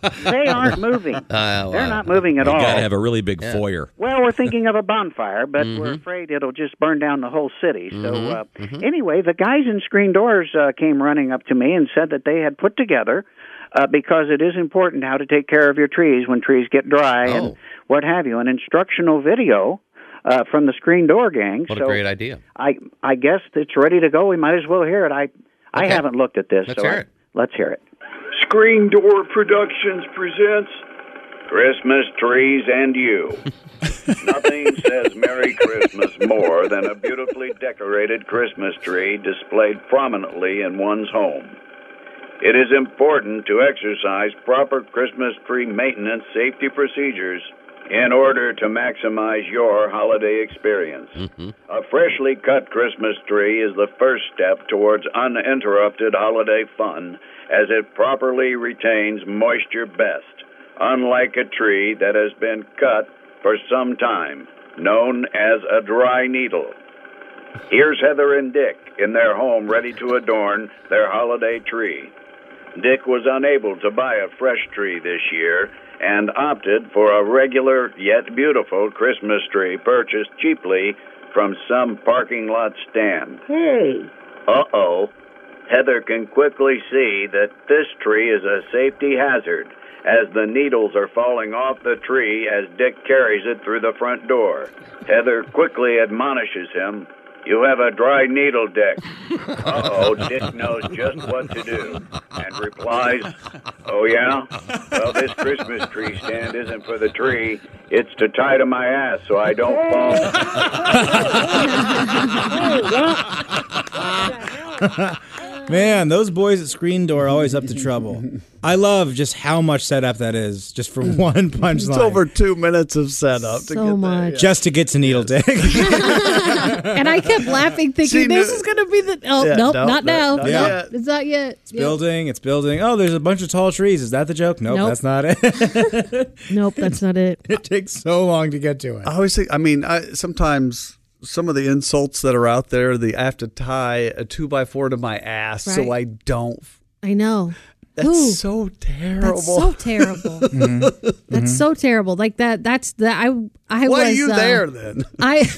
S10: (laughs)
S11: lot. they aren't moving.
S8: Uh,
S11: They're not moving at
S9: you
S11: all.
S9: Got to have a really big foyer.
S11: Well, we're thinking of a bonfire, but we're
S10: Mm-hmm.
S9: Mhm.
S11: afraid it'll just burn down the whole city. So, uh,
S9: Mhm, mhm.
S11: anyway, the guys in Screen Doors uh, came running up to me and said that they had put together uh, because it is important how to take care of your trees when trees get dry
S10: Oh.
S11: and what have you, an instructional video uh, from the Screen Door gang.
S10: What
S11: so
S10: a great idea.
S11: I I guess it's ready to go. We might as well hear it. I I
S10: Okay.
S11: haven't looked at this.
S10: Let's
S11: so
S10: hear
S11: I-
S10: it.
S11: Let's hear it.
S12: Screen Door Productions presents Christmas Trees
S10: (laughs)
S12: and You. Nothing says Merry Christmas more than a beautifully decorated Christmas tree displayed prominently in one's home. It is important to exercise proper Christmas tree maintenance safety procedures in order to maximize your holiday experience. A freshly cut Christmas tree is the first step towards uninterrupted holiday fun as it properly retains moisture best, unlike a tree that has been cut for some time, known as a dry needle. Here's Heather and Dick in their home ready to adorn their holiday tree. Dick was unable to buy a fresh tree this year and opted for a regular yet beautiful Christmas tree purchased cheaply from some parking lot stand.
S13: Hey,
S12: Uh oh. Heather can quickly see that this tree is a safety hazard as the needles are falling off the tree as Dick carries it through the front door. Heather quickly admonishes him. You have a dry needle, Dick. Uh oh, Dick knows just what
S2: (laughs)
S12: to do and replies, Oh, yeah? Well, this Christmas tree stand isn't for the tree. It's to tie to my ass so I don't
S2: Oh,
S12: fall.
S2: (laughs) Man, those boys at Screen Door are always up to trouble. I love just how much setup that is, just for (laughs) one punchline.
S4: It's over two minutes of setup. to
S3: So
S4: get
S3: much.
S2: Just to get to Needle Dick.
S3: (laughs) and I kept laughing, thinking
S4: See,
S3: this
S4: no-
S3: is going to be the. Oh
S2: Yeah,
S3: nope,
S2: no,
S3: not
S2: no,
S3: now.
S2: not Yeah. yet.
S3: It's not yet.
S2: It's (laughs) building, it's building. Oh, there's a bunch of tall trees. Is that the joke? Nope,
S3: Nope.
S2: that's not it.
S3: (laughs) Nope, that's not it.
S2: (laughs) it takes so long to get to it.
S4: I always think. I mean, I, sometimes some of the insults that are out there, the I have to tie a two by four to my ass so
S3: Right.
S4: I don't.
S3: I know.
S4: That's
S3: so
S4: terrible. Mm-hmm.
S3: That's so
S4: (laughs)
S3: terrible. That's so terrible. Like that. That's the I. I
S4: Why
S3: was.
S4: are you
S3: uh,
S4: there then?
S3: (laughs) I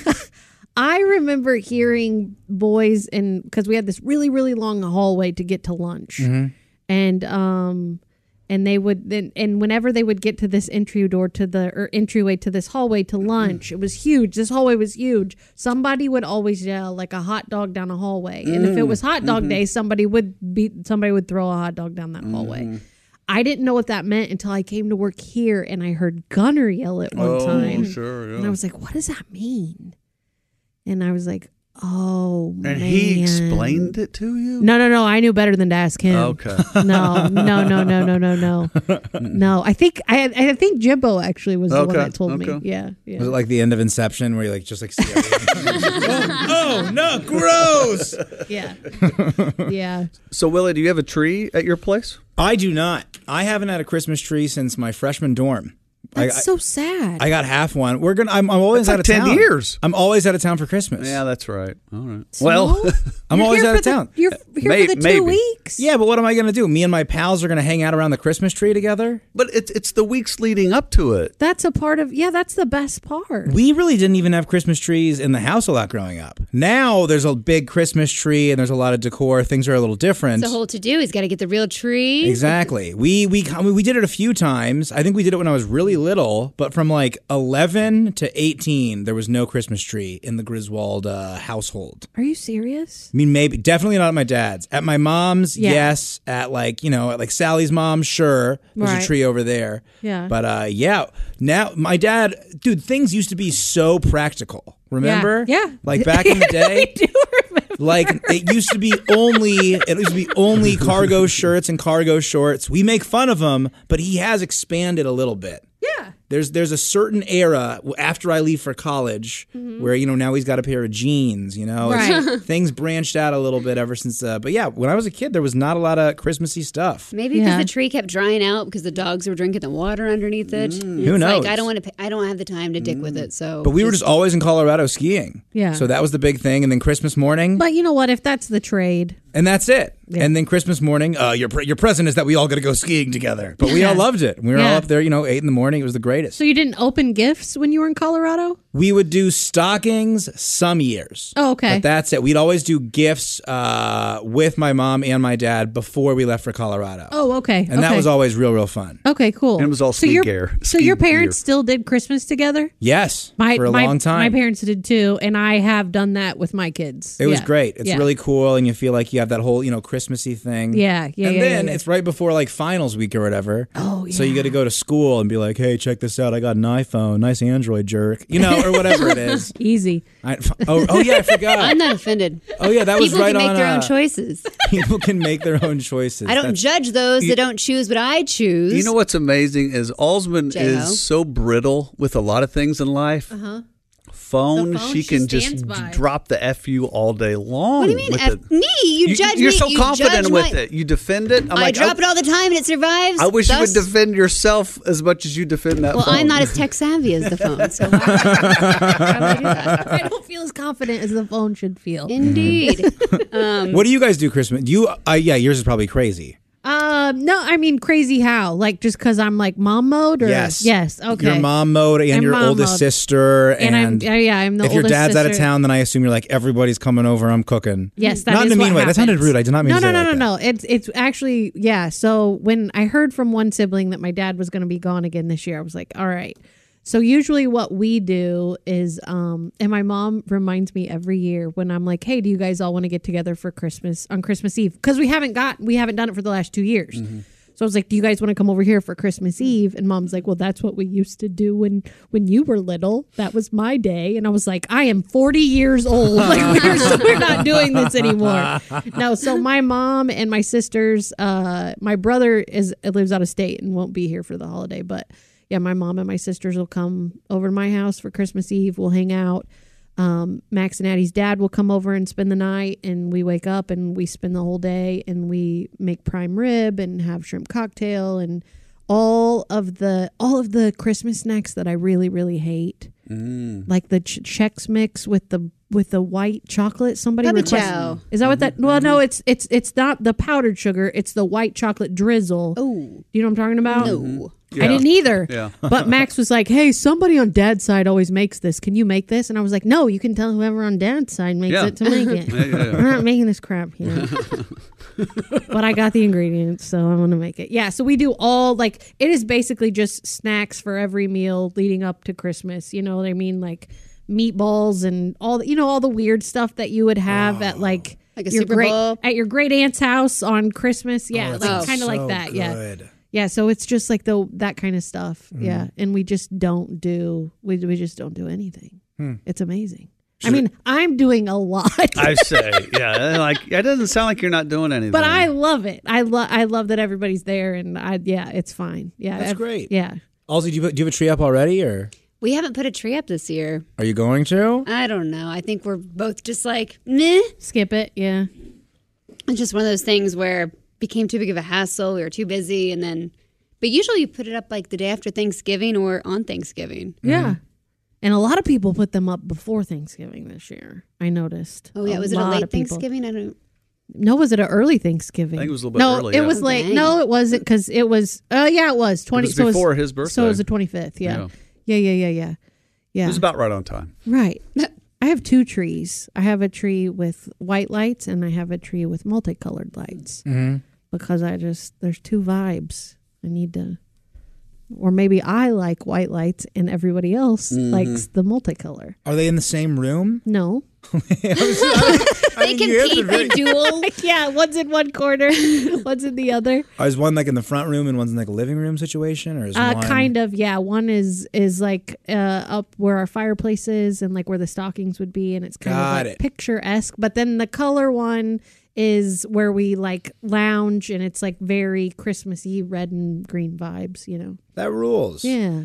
S3: I remember hearing boys and because we had this really really long hallway to get to lunch,
S14: Mhm.
S3: and um and they would then and whenever they would get to this entry door to the or entryway to this hallway
S4: Mm-hmm.
S3: to lunch, it was huge. This hallway was huge. Somebody would always yell like a hot dog down a hallway, and if it
S14: Mm,
S3: was hot dog
S4: Mm-hmm.
S14: mhm.
S3: day, somebody would beat somebody would throw a hot dog down that hallway.
S4: Mm-hmm.
S3: I didn't know what that meant until I came to work here and I heard Gunner yell it one
S14: Oh,
S3: time.
S14: sure, yeah.
S3: And I was like, what does that mean? And I was like, oh,
S4: And he
S3: man.
S4: explained it to you?
S3: No, no, no. I knew better than to ask him.
S4: Okay.
S3: No, no, no, no, no, no, no.
S2: (laughs)
S3: No, I think I, I think Jimbo actually was the one that told me. Yeah, yeah.
S2: Was it like the end of Inception where you like just like see
S3: oh
S2: no, gross.
S3: Yeah,
S4: (laughs)
S3: yeah.
S4: So, Willie, do you have a tree at your place?
S2: I do not. I haven't had a Christmas tree since my freshman dorm.
S3: That's
S2: I,
S3: so sad.
S2: I got half one. We're gonna. I'm, I'm always
S4: That's
S2: out
S4: like
S2: of
S4: 10
S2: town.
S4: years.
S2: I'm always out of town for Christmas.
S4: Yeah, that's right. All right.
S2: So?
S4: (laughs)
S2: I'm always out of town.
S4: Uh,
S3: you're here for the two weeks.
S2: Yeah, but what am I gonna do? Me and my pals are gonna hang out around the Christmas tree together.
S4: But it's it's the weeks leading up to it.
S3: That's a part of. Yeah, that's the best part.
S2: We really didn't even have Christmas trees in the house a lot growing up. Now there's a big Christmas tree and there's a lot of decor. Things are a little different.
S5: It's a whole to do. He's got to get the real tree.
S2: Exactly. We we I mean, we did it a few times. I think we did it when I was really little, but from like 11 to 18 there was no Christmas tree in the Griswold uh, household.
S3: Are you serious?
S2: I mean maybe definitely not at my dad's. At my mom's,
S3: Yeah.
S2: yes, at like, you know, at like Sally's mom, sure. There's
S3: Right.
S2: a tree over there.
S3: Yeah.
S2: But uh yeah, now my dad, dude, things used to be so practical. Remember?
S3: Yeah. Yeah.
S2: Like back in the
S5: (laughs)
S3: (laughs)
S2: day. Like it used to be only it used to be only cargo shirts and cargo shorts. We make fun of him, but he has expanded a little bit. Yeah. There's there's a certain era w- after I leave for college where you know now he's got a pair of jeans. You know, It's-
S5: Mm-hmm. Right. (laughs)
S2: things branched out a little bit ever since. Uh, but yeah, when I was a kid, there was not a lot of Christmassy stuff.
S5: Maybe because the tree kept drying out because the dogs were drinking the water underneath it. And
S2: Mm. Who
S5: it's
S2: knows? Mm.
S5: Like I don't want to. I don't have the time to dick with it. So,
S2: But we were just always in Colorado skiing.
S3: Yeah.
S2: So that was the big thing, and then Christmas morning,
S3: But you know what? If that's the trade,
S2: and that's it. And then Christmas morning, uh, your pre- your present is that we all got to go skiing together. But we all
S3: Yeah.
S2: loved it. We were all
S3: Yeah.
S2: up there, you know, eight in the morning. It was the greatest.
S3: so you didn't open gifts when you were in Colorado.
S2: We would do stockings some years.
S3: Oh, okay.
S2: But that's it. We'd always do gifts uh, with my mom and my dad before we left for Colorado.
S3: Oh, okay.
S2: And that
S3: okay.
S2: was always real, real fun.
S3: Okay, cool.
S2: And it was all ski
S3: your-
S2: gear,
S3: So
S2: ski
S3: your parents
S2: gear.
S3: still did Christmas together?
S2: Yes.
S3: My,
S2: for a
S3: my-
S2: long time.
S3: My parents did too, and I have done that with my kids.
S2: it was
S3: Yeah.
S2: great. It's
S3: Yeah.
S2: really cool, and you feel like you have that whole, you know, Christmassy thing.
S3: Yeah, yeah,
S2: And
S3: yeah,
S2: then
S3: yeah, yeah.
S2: it's right before like finals week or whatever. Oh, yeah. So you got to go to school and be like, "Hey, check this out! I got an iPhone. Nice Android jerk, you know, or whatever it is."
S3: Easy.
S2: I, oh, oh yeah, I
S5: (laughs)
S2: forgot.
S5: I'm not offended.
S2: Oh, yeah, that was
S5: People
S2: right
S5: can make
S2: on,
S5: their
S2: uh,
S5: own choices.
S2: (laughs) People can
S3: (laughs)
S2: make their own choices.
S5: I don't
S2: That's-
S5: judge those
S2: You-
S5: that don't choose what I choose.
S4: You know what's amazing is Alsman
S5: J-Lo.
S4: is so brittle with a lot of things in life.
S5: Uh-huh.
S4: Phone,
S5: The phone
S4: she
S5: she
S4: can
S5: stands
S4: just
S5: by.
S4: drop the fu all day long.
S5: What do you mean?
S4: with
S5: F-
S4: it.
S5: me? You, judge
S4: You're
S5: me.
S4: so
S5: you
S4: confident
S5: judge
S4: with
S5: my-
S4: it. You defend it. I'm
S5: i
S4: like,
S5: drop
S2: oh,
S4: I,
S5: it all the time and it survives.
S4: I wish you would
S5: Thus-
S4: defend yourself as much as you defend
S2: (laughs)
S4: that.
S5: Well,
S4: phone.
S5: I'm not as tech savvy as the phone, so why
S3: I don't feel as confident as the phone should feel. (laughs)
S5: Indeed. um,
S2: What do you guys do Christmas? You, uh, yeah, yours is probably crazy.
S3: Um, no, I mean crazy how? Like just because I'm like mom mode, or
S2: Yes.
S3: yes, okay.
S2: Your mom mode and
S3: I'm
S2: your
S3: mom
S2: oldest
S3: mode.
S2: sister. And,
S3: And I'm- uh, yeah, I'm the
S2: If your
S3: oldest
S2: dad's out of
S3: sister.
S2: town, then I assume you're like, everybody's coming over, I'm cooking.
S3: Yes, that
S2: Not
S3: is
S2: in a mean
S3: what
S2: way. That sounded
S3: happens.
S2: rude. I did not mean
S3: no,
S2: to
S3: no,
S2: say it
S3: no,
S2: like that.
S3: no, no. It's it's actually yeah. So when I heard from one sibling that my dad was going to be gone again this year, I was like, all right. So usually what we do is, um, and my mom reminds me every year when I'm like, hey, do you guys all want to get together for Christmas on Christmas Eve? Because we haven't got we haven't done it for the last two years. So I was like, "Do you guys want to come over here for Christmas Eve?" And Mom's like, "Well, that's what we used to do when when you were little. That was my day." And I was like, "I am 40 years old. (laughs) Like we're, so we're not doing this anymore." (laughs) No, so my mom and my sisters, uh, my brother is lives out of state and won't be here for the holiday, but yeah, my mom and my sisters will come over to my house for Christmas Eve. We'll hang out. Um, Max and Addie's dad will come over and spend the night, and we wake up and we spend the whole day and we make prime rib and have shrimp cocktail and all of the all of the Christmas snacks that I really really hate, like the ch- Chex Mix with the with the white chocolate. Somebody
S5: Bubby
S3: requested-
S5: Chow.
S3: Is that what that? Well, no, it's it's it's not the powdered sugar. It's the white chocolate drizzle. Oh, you know what I'm talking about?
S5: No.
S3: I
S5: Yeah.
S3: didn't either.
S5: Yeah. (laughs)
S3: but Max was like, "Hey, somebody on Dad's side always makes this. Can you make this?" And I was like, "No, you can tell whoever on Dad's side makes
S5: Yeah.
S3: it to make it.
S5: (laughs) Yeah, yeah, yeah.
S3: (laughs) We're not making this
S5: (laughs)
S3: crap here." but I got the ingredients, so I'm gonna make it. Yeah. So we do all like it is basically just snacks for every meal leading up to Christmas. You know what I mean? Like meatballs and all you know all the weird stuff that you would have
S5: Oh.
S3: at like.
S5: Like a
S3: your
S5: Super
S3: great,
S5: Bowl?
S3: at your great aunt's house on Christmas,
S15: Oh,
S3: yeah,
S5: that
S3: like
S5: sounds
S3: kind of
S5: Oh, so
S3: like that, yeah,
S5: good.
S3: yeah, so it's just like the that kind of stuff.
S5: Mhm.
S3: Yeah, and we just don't do we we just don't do anything.
S4: Hmm.
S3: It's amazing. I mean, I'm doing a lot,
S4: (laughs) I
S3: (laughs)
S4: say, yeah. Like it doesn't sound like you're not doing anything.
S3: but I love it. I love I love that everybody's there, and I yeah, it's fine. Yeah,
S2: That's
S3: ev-
S2: great.
S3: Yeah,
S2: Also, do you, do you have a tree up already, or
S5: we haven't put a tree up this year.
S2: are you going to?
S5: I don't know. I think we're both just like, meh.
S3: Skip it. Yeah.
S5: It's just one of those things where it became too big of a hassle. We were too busy. And then, but usually you put it up like the day after Thanksgiving or on Thanksgiving.
S3: yeah. And a lot of people put them up before Thanksgiving this year. I noticed.
S5: Oh, yeah.
S3: A
S5: was it a
S3: lot
S5: late
S3: of people.
S5: Thanksgiving? I don't
S3: No, was it an early Thanksgiving?
S4: I think it was a little bit
S3: no,
S4: early,
S3: it
S4: yeah.
S3: was
S4: Oh,
S3: late.
S5: dang.
S3: No, it wasn't because it was. Uh, yeah, it was twenty.
S4: was
S3: so
S4: before
S3: it
S4: his
S3: So it
S4: birthday.
S3: was the twenty fifth.
S4: Yeah.
S3: Yeah. yeah, yeah, yeah, yeah, yeah.
S4: It was about right on time.
S3: Right. (laughs) I have two trees. I have a tree with white lights and I have a tree with multicolored lights
S2: Mhm.
S3: because I just, there's two vibes. I need to, or maybe I like white lights and everybody else
S4: Mm-hmm.
S2: Mhm.
S3: likes the multicolor.
S2: Are they in the same room?
S3: (laughs) No.
S5: They compete, they duel.
S3: (laughs) yeah, one's in one
S2: (laughs)
S3: corner, one's in the other.
S2: Or is one like in the front room and one's in like a living room situation, or is
S3: Uh,
S2: one
S3: kind of, yeah. One is is like uh, up where our fireplace is and like where the stockings would be, and it's kind
S2: Got
S3: of like
S2: it.
S3: picturesque. But then the color one is where we like lounge, and it's like very Christmassy red and green vibes, you know.
S2: that rules?
S3: Yeah.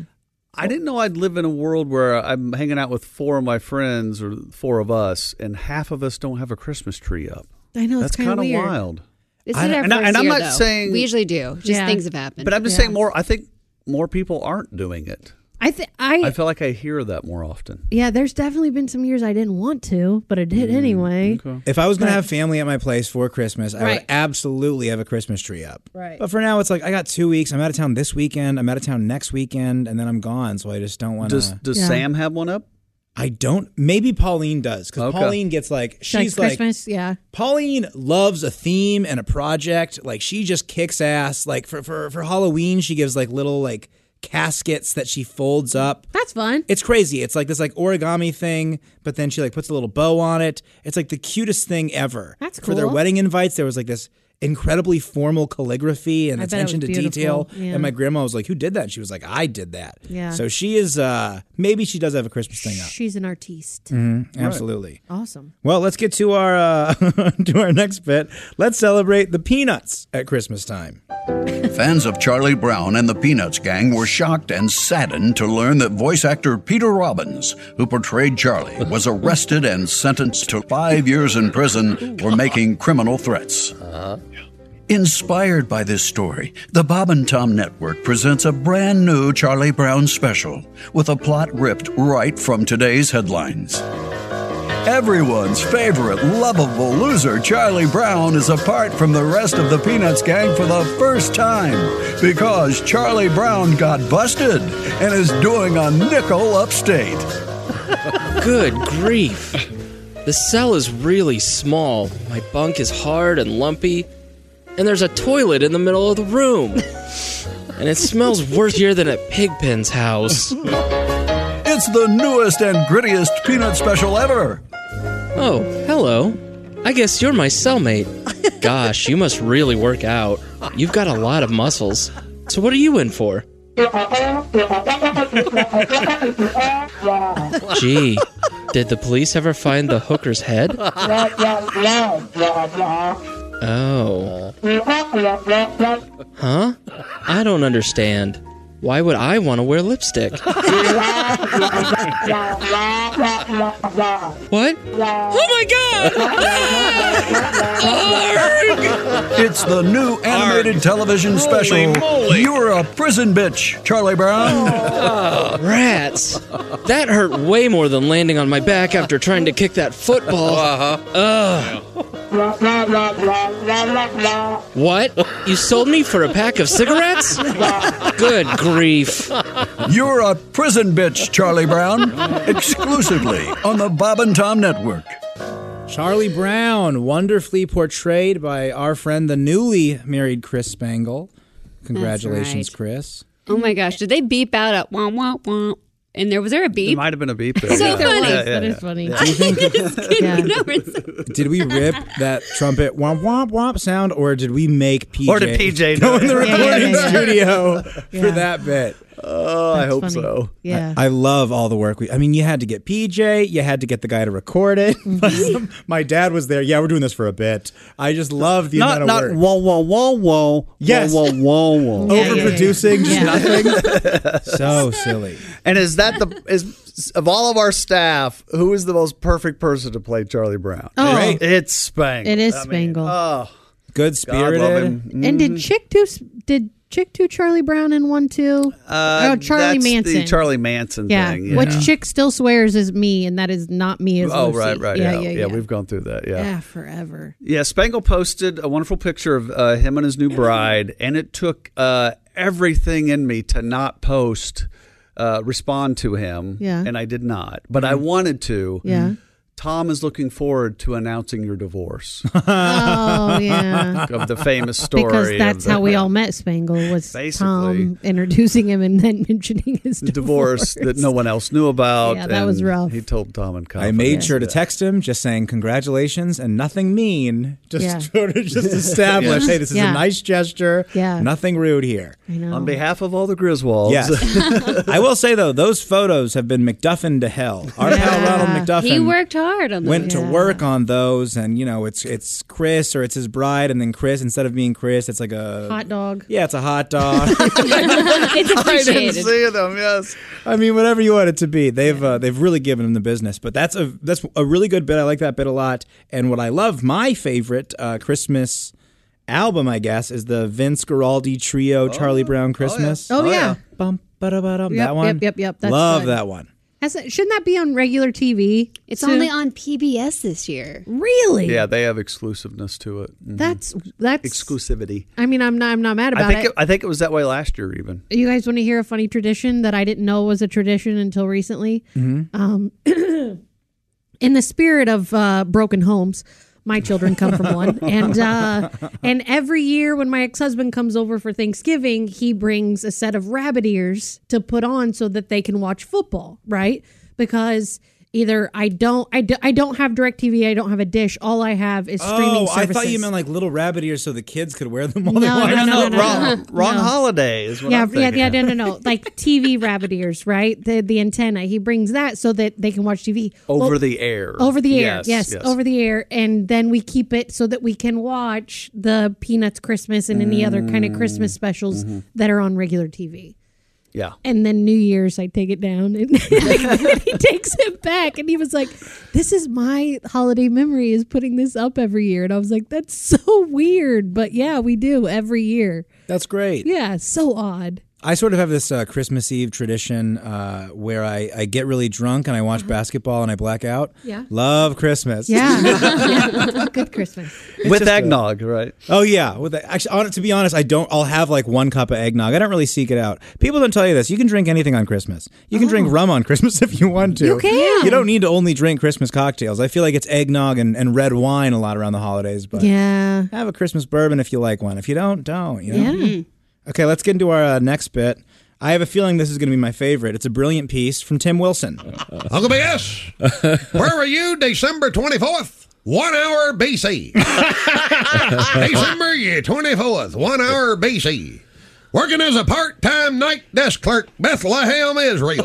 S4: I didn't know I'd live in a world where I'm hanging out with four of my friends or four of us, and half of us don't have a Christmas tree up.
S3: I know,
S4: That's
S3: it's kinda
S4: kinda
S3: weird.
S4: wild.
S5: This is
S4: I
S5: our
S4: don't-
S5: first
S4: and I- and I'm
S5: year,
S4: not
S5: though.
S4: saying-
S5: we usually do. Just
S3: Yeah.
S5: things have happened.
S4: But I'm just
S5: Yeah.
S4: saying more. I think more people aren't doing it.
S3: I think I,
S4: I feel like I hear that more often.
S3: yeah. There's definitely been some years I didn't want to, but I
S2: Mm,
S3: did anyway.
S2: If I was going
S3: Right.
S2: to have family at my place for Christmas, I
S3: Right.
S2: would absolutely have a Christmas tree up.
S3: Right.
S2: But for now, it's like I got two weeks. I'm out of town this weekend. I'm out of town next weekend, and then I'm gone. So I just don't want to.
S4: Does Does Sam have one up?
S2: I don't. Maybe Pauline does because
S4: Okay.
S2: Pauline gets like she's
S3: like
S2: like,
S3: Christmas, yeah.
S2: Pauline loves a theme and a project. Like she just kicks ass. Like for for for Halloween, she gives like little like caskets that she folds up.
S3: That's fun.
S2: It's crazy. It's like this like origami thing, but then she like puts a little bow on it. It's like the cutest thing ever.
S3: That's
S2: For their
S3: cool.
S2: wedding invites, there was like this incredibly formal calligraphy and
S3: I bet it
S2: attention to
S3: was beautiful.
S2: detail.
S3: Yeah.
S2: And my grandma was like, "Who did that?" And she was like, "I did that."
S3: Yeah.
S2: So she is uh maybe she does have a Christmas thing up.
S3: She's an artiste.
S2: Mhm, absolutely.
S3: Awesome.
S2: Well, let's get to our uh, (laughs) to our next bit. Let's celebrate the peanuts at Christmas time.
S13: Fans of Charlie Brown and the Peanuts gang were shocked and saddened to learn that voice actor Peter Robbins, who portrayed Charlie, was arrested and sentenced to five years in prison for making criminal threats. Inspired by this story, the Bob and Tom Network presents a brand new Charlie Brown special with a plot ripped right from today's headlines. Everyone's favorite lovable loser, Charlie Brown, is apart from the rest of the Peanuts gang for the first time because Charlie Brown got busted and is doing a nickel upstate.
S14: Good grief. The cell is really small. My bunk is hard and lumpy. And there's a toilet in the middle of the room. And it smells worse here than at Pigpen's house.
S13: It's the newest and grittiest Peanut special ever.
S14: Oh, hello. I guess you're my cellmate. Gosh, you must really work out. You've got a lot of muscles. So, what are you in for? Gee, did the police ever find the hooker's head? Oh. Huh? I don't understand. Why would I want to wear
S13: (laughs)
S14: lipstick? What?
S3: (laughs)
S13: It's the new animated television special. You're a prison bitch, Charlie Brown.
S14: Oh. Rats! That hurt way more than landing on my back after trying to kick that football. Ugh. What? You sold me for a pack of
S3: (laughs)
S14: cigarettes? Good grief.
S13: You're a prison bitch, Charlie Brown. Exclusively on the Bob and Tom Network.
S2: Charlie Brown, wonderfully portrayed by our friend the newly married Chris Spangle. Congratulations,
S5: right.
S2: Chris.
S5: Oh my gosh! Did they beep out at wah wah wah? And there was there a beep?
S4: Might
S5: (laughs)
S4: have been a beep.
S5: So funny.
S2: Do you think-
S5: Yeah. You know, it's-
S2: did we rip that trumpet womp womp womp sound, or did we make PJ
S4: Or did PJ
S2: go
S4: do
S2: in the
S4: it? Yeah,
S2: recording
S4: yeah, yeah.
S2: studio
S4: Yeah.
S2: for that bit?
S4: Oh, I That's hope funny. so.
S3: Yeah.
S2: I, I love all the work we. I mean, you had to get PJ, you had to get the guy to record it.
S3: Mm-hmm.
S2: (laughs) My dad was there. Yeah, we're doing this for a bit. I just love the
S4: Not
S2: amount of
S4: not
S2: work.
S4: whoa whoa whoa whoa
S2: Yes.
S4: whoa whoa whoa whoa.
S2: Overproducing,
S4: Yeah, yeah, yeah.
S2: just
S4: (laughs)
S2: nothing. so silly.
S4: And is that the is of all of our staff, who is the most perfect person to play Charlie Brown?
S3: Oh. Right.
S4: it's Spang.
S3: It is Spangle.
S4: oh, mm-hmm.
S2: good
S4: spirited.
S3: And did Chick do s- did Chick do Charlie Brown in one too? oh, Charlie
S4: Uh, that's
S3: Manson.
S4: The Charlie Manson
S3: yeah.
S4: thing. Yeah.
S3: which Chick still swears is me, and that is not me as
S4: Oh
S3: Lucy.
S4: right, right,
S3: yeah,
S4: yeah,
S3: yeah, yeah.
S4: We've gone through that. Yeah.
S3: Yeah, forever.
S4: Yeah, Spangle posted a wonderful picture of uh, him and his new bride, and it took uh, everything in me to not post, uh, respond to him.
S3: Yeah.
S4: And I did not, but I wanted to.
S3: Yeah.
S4: Tom is looking forward to announcing your divorce.
S3: (laughs) Oh yeah.
S4: Of the famous story.
S3: Because that's
S4: of the- (laughs)
S3: how we all met Spangle was Tom introducing him and then (laughs) mentioning his
S4: Divorce that no one else knew about.
S3: Yeah, that was
S4: and
S3: rough.
S4: He told Tom and
S2: I made sure to text him, just saying congratulations and nothing mean. Just
S3: Yeah.
S2: (laughs) sort of
S14: (laughs)
S2: just establish,
S3: Yeah.
S2: hey, this is
S3: Yeah.
S2: a nice gesture.
S3: Yeah.
S2: Nothing rude here.
S3: I know.
S4: On behalf of all the
S2: (laughs)
S4: Griswolds.
S2: Yes. I will say though, those photos have been McDuffin to hell. Our pal Ronald McDuffin.
S5: He worked hard on
S2: went
S5: those.
S2: to work on those and you know it's it's Chris or it's his bride and then Chris instead of being Chris it's like a
S4: (laughs)
S3: Hot dog. (laughs)
S2: yeah it's a hot dog
S3: it's
S4: I didn't see them. Yes.
S2: I mean whatever you want it to be they've uh, they've really given him the business but that's a that's a really good bit I like that bit a lot and what I love my favorite uh, Christmas album I guess is the Vince Guaraldi trio Charlie Brown Christmas
S3: Oh, yeah.
S2: Bum, ba-da-ba-dum,
S3: Yep,
S2: that one
S3: Yep, yep, yep. That's
S2: love
S3: good.
S2: that one
S3: Has it- shouldn't that be on regular TV?
S5: It's only on PBS this year. Mm-hmm.
S3: Really?
S4: Yeah, they have exclusiveness to it. Mhm.
S3: That's that's.
S4: exclusivity.
S3: I mean, I'm not. I'm not mad about
S4: I think
S3: it.
S4: it. I think it was that way last year, even.
S3: You guys want to hear a funny tradition that I didn't know was a tradition until recently? Um, (clears throat) in the spirit of uh, broken homes, my children come
S2: (laughs)
S3: from one, and uh, and every year when my ex husband comes over for Thanksgiving, he brings a set of rabbit ears to put on so that they can watch football, right? Because either I don't, I, do, I don't have Directv, I don't have a dish. All I have is streaming
S2: oh I
S3: services.
S2: thought you meant like little rabbit ears so the kids could wear them all they
S3: No,
S2: wanted.
S3: no, no, no, no, no. No.
S4: holiday is
S3: Um, yeah, yeah, yeah, no, no, no. Like TV rabbit ears, right? The the antenna. He brings that so that they can watch TV
S4: Over
S3: Well,
S4: the air.
S3: Over the air, yes, over the air, and then we keep it so that we can watch the Peanuts Christmas and any other kind of Christmas specials
S4: Mhm.
S3: that are on regular TV. (laughs)
S4: Yeah.
S3: And then New Year's, I take it down, and (laughs) he takes it back, and he was like, "This is my holiday memory is putting this up every year," and I was like, "That's so weird," but yeah, we do every year.
S2: That's great.
S3: Yeah, so odd.
S2: I sort of have this uh, Christmas Eve tradition uh, where I, I get really drunk and I watch basketball and I black out.
S3: Uh-huh. Yeah.
S2: Love Christmas. (laughs)
S3: Yeah. Good Christmas.
S4: With eggnog, right?
S2: Oh yeah. With the, actually, hon- to be honest, I don't. I'll have like one cup of eggnog. I don't really seek it out. People don't tell you this. You can drink anything on Christmas. You can drink rum on Christmas (laughs) if you want to.
S3: Oh. You can.
S2: You don't need to only drink Christmas cocktails. I feel like it's eggnog and, and red wine a lot around the holidays. But
S3: yeah.
S2: have a Christmas bourbon if you like one. If you don't, don't. You know?
S3: Yeah.
S2: Okay, let's get into our uh, next bit. I have a feeling this is going to be my favorite. It's a brilliant piece from Tim Wilson.
S16: Uncle BS, (laughs) where were you December 24th? One hour (laughs) BC.
S17: (laughs)
S16: December yeah, 24th, one hour BC. Working as a part time night desk clerk, Bethlehem, Israel.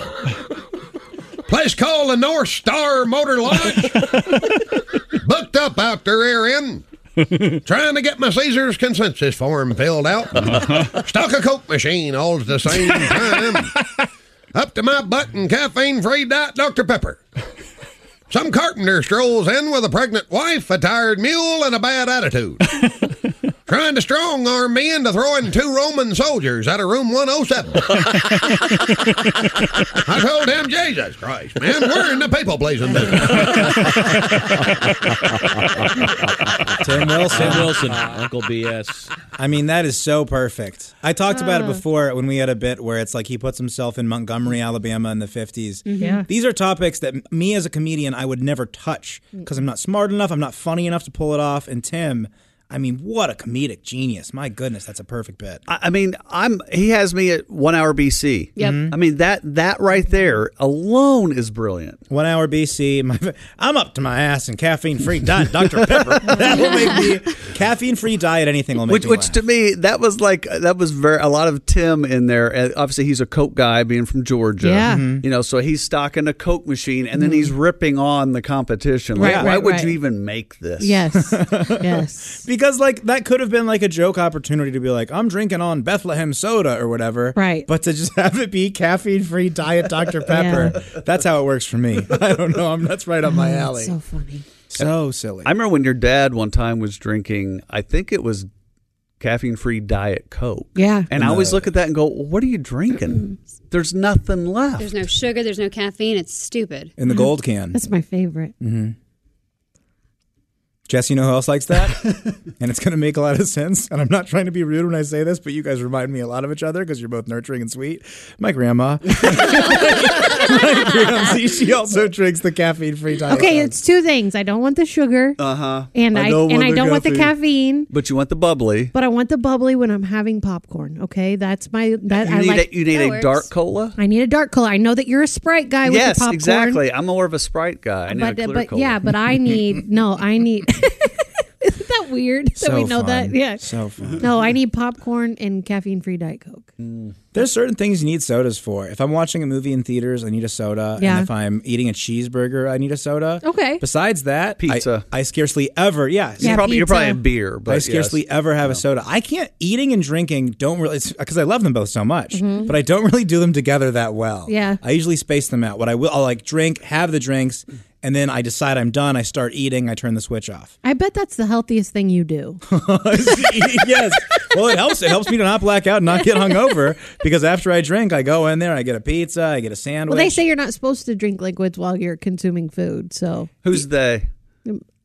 S16: Place called the North Star Motor Lodge. Booked up out there, Aaron. Trying to get my Caesar's consensus form filled out. Stock a Coke machine, all's the same time. Up to my butt in caffeine free diet Dr. Pepper. Some carpenter strolls in with a pregnant wife, a tired mule, and a bad attitude. Trying to strong arm me into throwing two Roman soldiers out of room 107. I told him, Jesus Christ, man, we're in the people blazing business.
S2: Tim Wilson.
S16: Tim Wilson,
S2: Uncle BS. I mean, that is so perfect. I talked about it
S16: Ah.
S2: before when we had a bit where it's like he puts himself in Montgomery, Alabama in the 50s.
S16: Mhm. Yeah.
S2: These are topics that m- me as a comedian, I would never touch because I'm not smart enough. I'm not funny enough to pull it off. And Tim, I mean, what a comedic genius. My goodness, that's a perfect bit.
S4: I I mean, I'm he has me at one hour BC.
S2: Yep. Mhm.
S4: I mean that that right there alone is brilliant.
S2: One hour BC. My, I'm up to my ass in caffeine free diet, Dr. Pepper. (laughs) that will make me caffeine free diet. Anything will make
S4: Which,
S2: me
S4: which to me, that was like that was very a lot of Tim in there. And obviously, he's a Coke guy, being from Georgia.
S2: Yeah. Mhm.
S4: you know, so he's stocking a Coke machine, and then he's ripping on the competition. Like,
S2: Right,
S4: why
S2: right,
S4: would
S2: right.
S4: you even make this?
S3: Yes. yes.
S2: (laughs) Because like that could have been like a joke opportunity to be like, I'm drinking on Bethlehem soda or whatever. Right. But to just have it be caffeine free diet
S3: (laughs)
S2: Dr. Pepper. That's how it works for me. (laughs) I don't know. I'm that's right up my alley.
S3: Oh, so funny.
S2: So silly.
S4: I remember when your dad one time was drinking. I think it was caffeine-free diet Coke.
S3: Yeah.
S4: and I always look at that and go, well, "What are
S2: (clears throat)
S4: you drinking? There's nothing left."
S5: There's no sugar. There's no caffeine. It's stupid.
S2: In the gold can.
S3: That's my favorite.
S2: Mm-hmm. Jess, you know who else likes
S3: (laughs)
S2: that? and it's going to make a lot of sense. And I'm not trying to be rude when I say this, but you guys remind me a lot of each other because you're both nurturing and sweet. My
S3: (laughs)
S2: grandma. (laughs) my grandma, see, she also drinks the caffeine free diet.
S3: Okay, it's two things. I don't want the sugar,
S4: Uh huh.
S3: and I, and I don't want the caffeine,
S4: But you want the bubbly.
S3: but I want the bubbly when I'm having popcorn. Okay, that's my that
S4: You
S3: I
S4: need
S3: like.
S4: a, you need a dark cola.
S3: I need a dark color. I know that you're a Sprite guy with the
S4: yes,
S3: popcorn.
S4: exactly. I'm more of a Sprite guy. I need (laughs)
S3: but
S4: a clear
S3: but
S4: cola.
S3: (laughs) yeah, but I need no. I need that weird that
S2: So
S3: we know
S2: fun.
S3: that? Yeah.
S2: So fun.
S3: No, I need popcorn and caffeine free Diet Coke.
S2: There's certain things you need sodas for. If I'm watching a movie in theaters, I need a soda.
S3: Yeah.
S2: And if I'm eating a cheeseburger, I need a soda.
S3: Okay.
S2: Besides that, pizza. I, I scarcely ever. Yeah.
S4: You're Yeah, probably- you're pizza. probably a beer, but
S2: I
S4: yes.
S2: scarcely ever have a soda. I can't eating and drinking. Don't really because I love them both so much,
S3: Mhm.
S2: but I don't really do them together that well.
S3: Yeah.
S2: I usually space them out. What I will, I'll like drink, have the drinks, and then I decide I'm done. I start eating. I turn the switch off.
S3: I bet that's the healthiest thing you do.
S2: (laughs) yes. Well, it helps. It helps me to not black out and not get hungover because after I drink, I go in there, I get a pizza, I get a sandwich.
S3: Well, they say you're not supposed to drink liquids while you're consuming food. So mm,
S4: Who's they?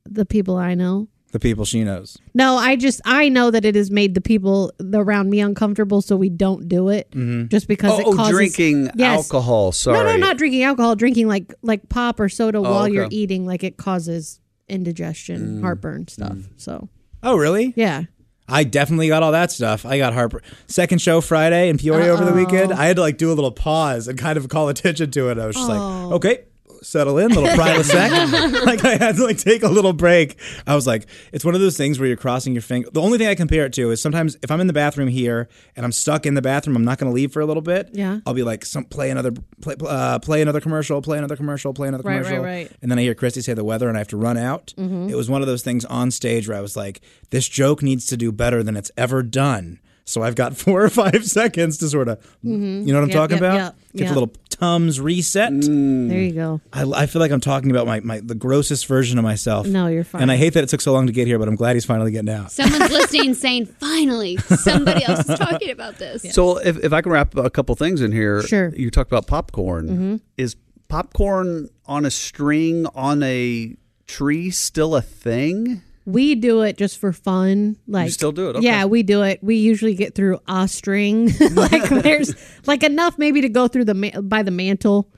S3: the people I know.
S2: The people she knows.
S3: No, I just I know that it has made the people around me uncomfortable, so we don't do it
S4: Mhm.
S3: just because
S4: oh,
S3: it
S4: oh,
S3: causes
S4: drinking
S3: Yes.
S4: alcohol. Sorry.
S3: No, no, not drinking alcohol. Drinking like like pop or soda
S4: Oh,
S3: while you're
S4: okay. Mm.
S3: eating, like it causes indigestion, heartburn stuff. So
S2: Oh, really?
S3: Yeah.
S2: I definitely got all that stuff. I got Harper second show Friday in Peoria over the weekend. I had to like do a little pause and kind of call attention to it. I was just
S3: Oh.
S2: like, okay, settle in, little
S3: (laughs)
S2: Prilosec. like I had to like take a little break. I was like, it's one of those things where you're crossing your finger. The only thing I compare it to is sometimes if I'm in the bathroom here and I'm stuck in the bathroom, I'm not going to leave for a little bit.
S3: Yeah.
S2: I'll be like, some play another play uh, play another commercial, play another commercial, play another
S3: Right, right,
S2: commercial.
S3: right.
S2: And then I hear Christy say the weather, and I have to run out.
S3: Mhm.
S2: It was one of those things on stage where I was like, this joke needs to do better than it's ever done. So I've got (laughs) four or five seconds to sort of,
S3: Mhm.
S2: you know what I'm
S3: Yep,
S2: talking
S3: yep,
S2: about?
S3: yep,
S2: Get
S3: yep.
S2: the little Tums reset.
S3: there you go.
S2: I, I feel like I'm talking about my, my the grossest version of myself.
S3: (laughs) No, you're fine.
S2: And I hate that it took so long to get here, but I'm glad he's finally getting out.
S5: Someone's listening saying, finally, somebody else is talking about
S3: (laughs)
S5: this.
S4: So if, if I can wrap a couple things in here,
S5: Sure.
S4: You talked about popcorn.
S3: Mm-hmm.
S5: Mhm.
S4: Is popcorn on a string on a tree still a thing?
S3: We do it just for fun. Like
S4: still do it, okay.
S3: Yeah, we do it. We usually get through a string. (laughs)
S4: (laughs)
S3: like there's like enough maybe to go through the ma- by the mantle.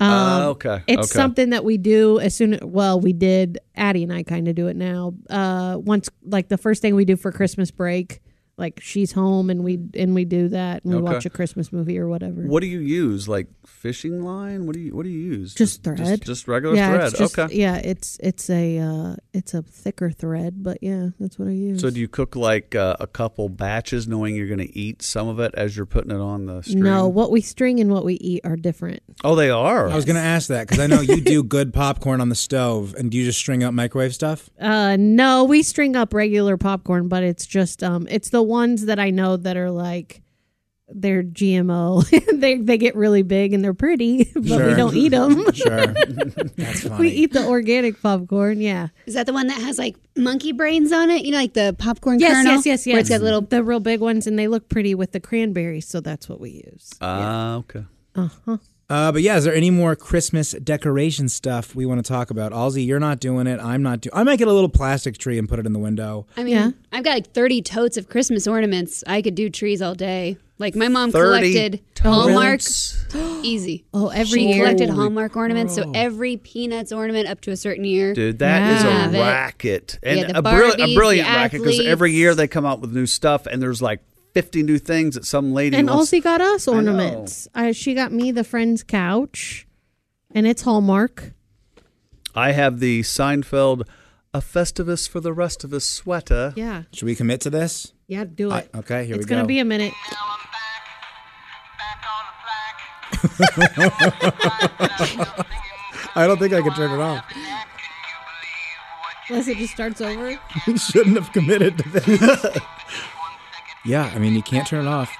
S3: Um,
S4: Ah, okay,
S3: It's
S4: okay.
S3: something that we do as soon. Well, we did. Addie and I kind of do it now. Uh, once like the first thing we do for Christmas break, like she's home and we and we do that and we
S4: Okay.
S3: watch a Christmas movie or whatever.
S4: What do you use? Like fishing line? What do you What do you use?
S3: Just thread.
S4: Just, just regular
S3: yeah,
S4: thread.
S3: it's just-
S4: okay.
S3: Yeah, it's it's a uh, it's a thicker thread, but yeah, that's what I use.
S4: So do you cook like uh, a couple batches, knowing you're going to eat some of it as you're putting it on the string?
S3: No, what we string and what we eat are different.
S4: Oh, they are.
S2: I was going to ask that because I know you do (laughs) good popcorn on the stove, and do you just string up microwave stuff?
S3: Uh no, we string up regular popcorn, but it's just um it's the ones that I know that are like they're GMO. (laughs) they they get really big and they're pretty, (laughs) but we
S2: Sure.
S3: don't eat them.
S2: (laughs)
S3: (laughs)
S2: Sure. That's funny.
S3: we eat the organic popcorn, yeah.
S5: Is that the one that has like monkey brains on it? You know, like the popcorn
S3: Yes,
S5: kernel?
S3: yes, yes, yes.
S5: Where it's got little.
S3: the real big ones and they look pretty with the cranberries, so that's what we use.
S4: Ah, okay.
S3: Uh-huh.
S2: Uh, but yeah, is there any more Christmas decoration stuff we want to talk about? Alzi, you're not doing it. I'm not doing. I might get a little plastic tree and put it in the window. (laughs)
S5: I mean, I've got like 30 totes of Christmas ornaments. I could do trees all day. Like my mom
S4: 30
S5: collected
S4: totes?
S5: Hallmark. (gasps) Easy.
S3: Oh, every
S5: she
S3: year?
S5: collected
S3: Holy
S5: Hallmark ornaments. So every Peanuts ornament up to a certain year.
S4: Dude, that is
S5: Have
S4: a
S5: it.
S4: racket and
S5: Yeah, the
S4: a, brill-
S5: Barbies,
S4: a brilliant
S5: the
S4: racket because every
S5: athletes.
S4: year they come out with new stuff, and there's like 50 new things that some lady
S3: And
S4: wants.
S3: Elsie got us ornaments. Uh, she got me the friend's couch and it's Hallmark.
S4: I have the Seinfeld, a Festivus for the rest of us sweater.
S3: Yeah.
S2: Should we commit to this?
S3: Yeah, do it.
S2: I- okay, here
S3: it's
S2: we
S3: gonna
S2: go.
S5: (laughs)
S2: (laughs)
S3: be a minute.
S2: I don't think I can turn it off. (laughs)
S3: Unless it just starts over.
S2: You shouldn't have committed to this. (laughs) yeah, I mean you can't turn it off.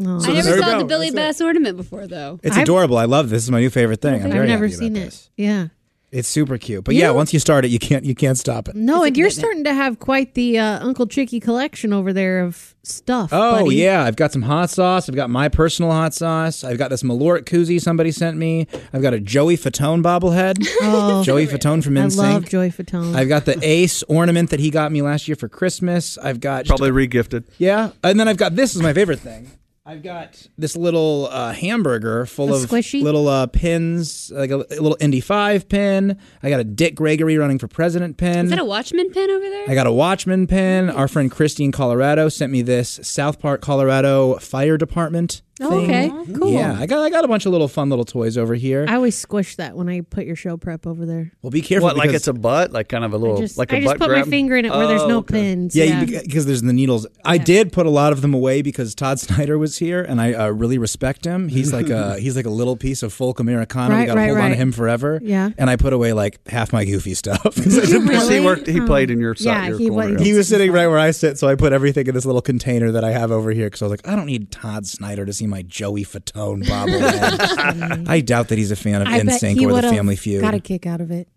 S3: No.
S2: So
S5: I
S2: there
S5: never
S2: we
S5: saw
S2: go.
S5: the Billy Bass
S2: That's it.
S5: ornament before, though.
S2: It's adorable. I love this. This is my new favorite thing. I'm
S3: I've
S2: very
S3: never
S2: happy about
S3: seen
S2: that.
S3: it. Yeah.
S2: It's super cute. But yeah, once you start it, you can't you can't stop it.
S3: No, and you're starting to have quite the uh, Uncle Chicky collection over there of stuff.
S2: Oh
S3: buddy.
S2: yeah, I've got some hot sauce. I've got my personal hot sauce. I've got this Malort koozie somebody sent me. I've got a Joey Fatone bobblehead.
S3: Oh.
S2: Joey Fatone from
S3: I
S2: NSYNC.
S3: love Joey Fatone.
S2: I've got the Ace ornament that he got me last year for Christmas. I've got
S4: Probably regifted.
S2: yeah, and then I've got this is my favorite thing. I've got this little uh, hamburger full
S18: A
S2: of
S18: squishy?
S2: little uh, pins, like a, a little Indy 5 pin. I got a Dick Gregory running for president pin.
S5: Is that a Watchman pin over there?
S2: I got a Watchman pin. Our friend Christy in Colorado sent me this South Park, Colorado Fire Department.
S3: Oh,
S2: thing.
S3: okay. Cool.
S2: Yeah, I got I got a bunch of little fun little toys over here.
S3: I always squish that when I put your show prep over there.
S2: well, be careful.
S4: What, like it's
S2: a butt, like kind of a little,
S3: just- like a I just butt put my grab? finger in it where there's no pins,
S2: Yeah,
S3: yeah.
S2: because there's the needles. I did put a lot of them away because Todd Snyder was here, and I uh, really respect him. He's like a
S4: (laughs)
S2: he's like a little piece of folk Americana. we
S3: Right,
S2: got to
S3: right,
S2: hold on to
S3: right.
S2: him forever.
S3: Yeah.
S2: and I put away like half my goofy stuff. (laughs) 'Cause I
S4: Did you
S2: didn't-
S4: really? He worked-
S3: Oh.
S4: he played in your side- Yeah, your he wa- corner.
S2: He was sitting right where I sit, so I put everything in this little container that I have over here because I was like, I don't need Todd Snyder to see my Joey Fatone bobblehead.
S3: (laughs)
S2: I doubt that he's a fan of
S3: I bet
S2: NSYNC
S3: he
S2: or the
S3: would've
S2: Family Feud.
S3: Got a kick out of it.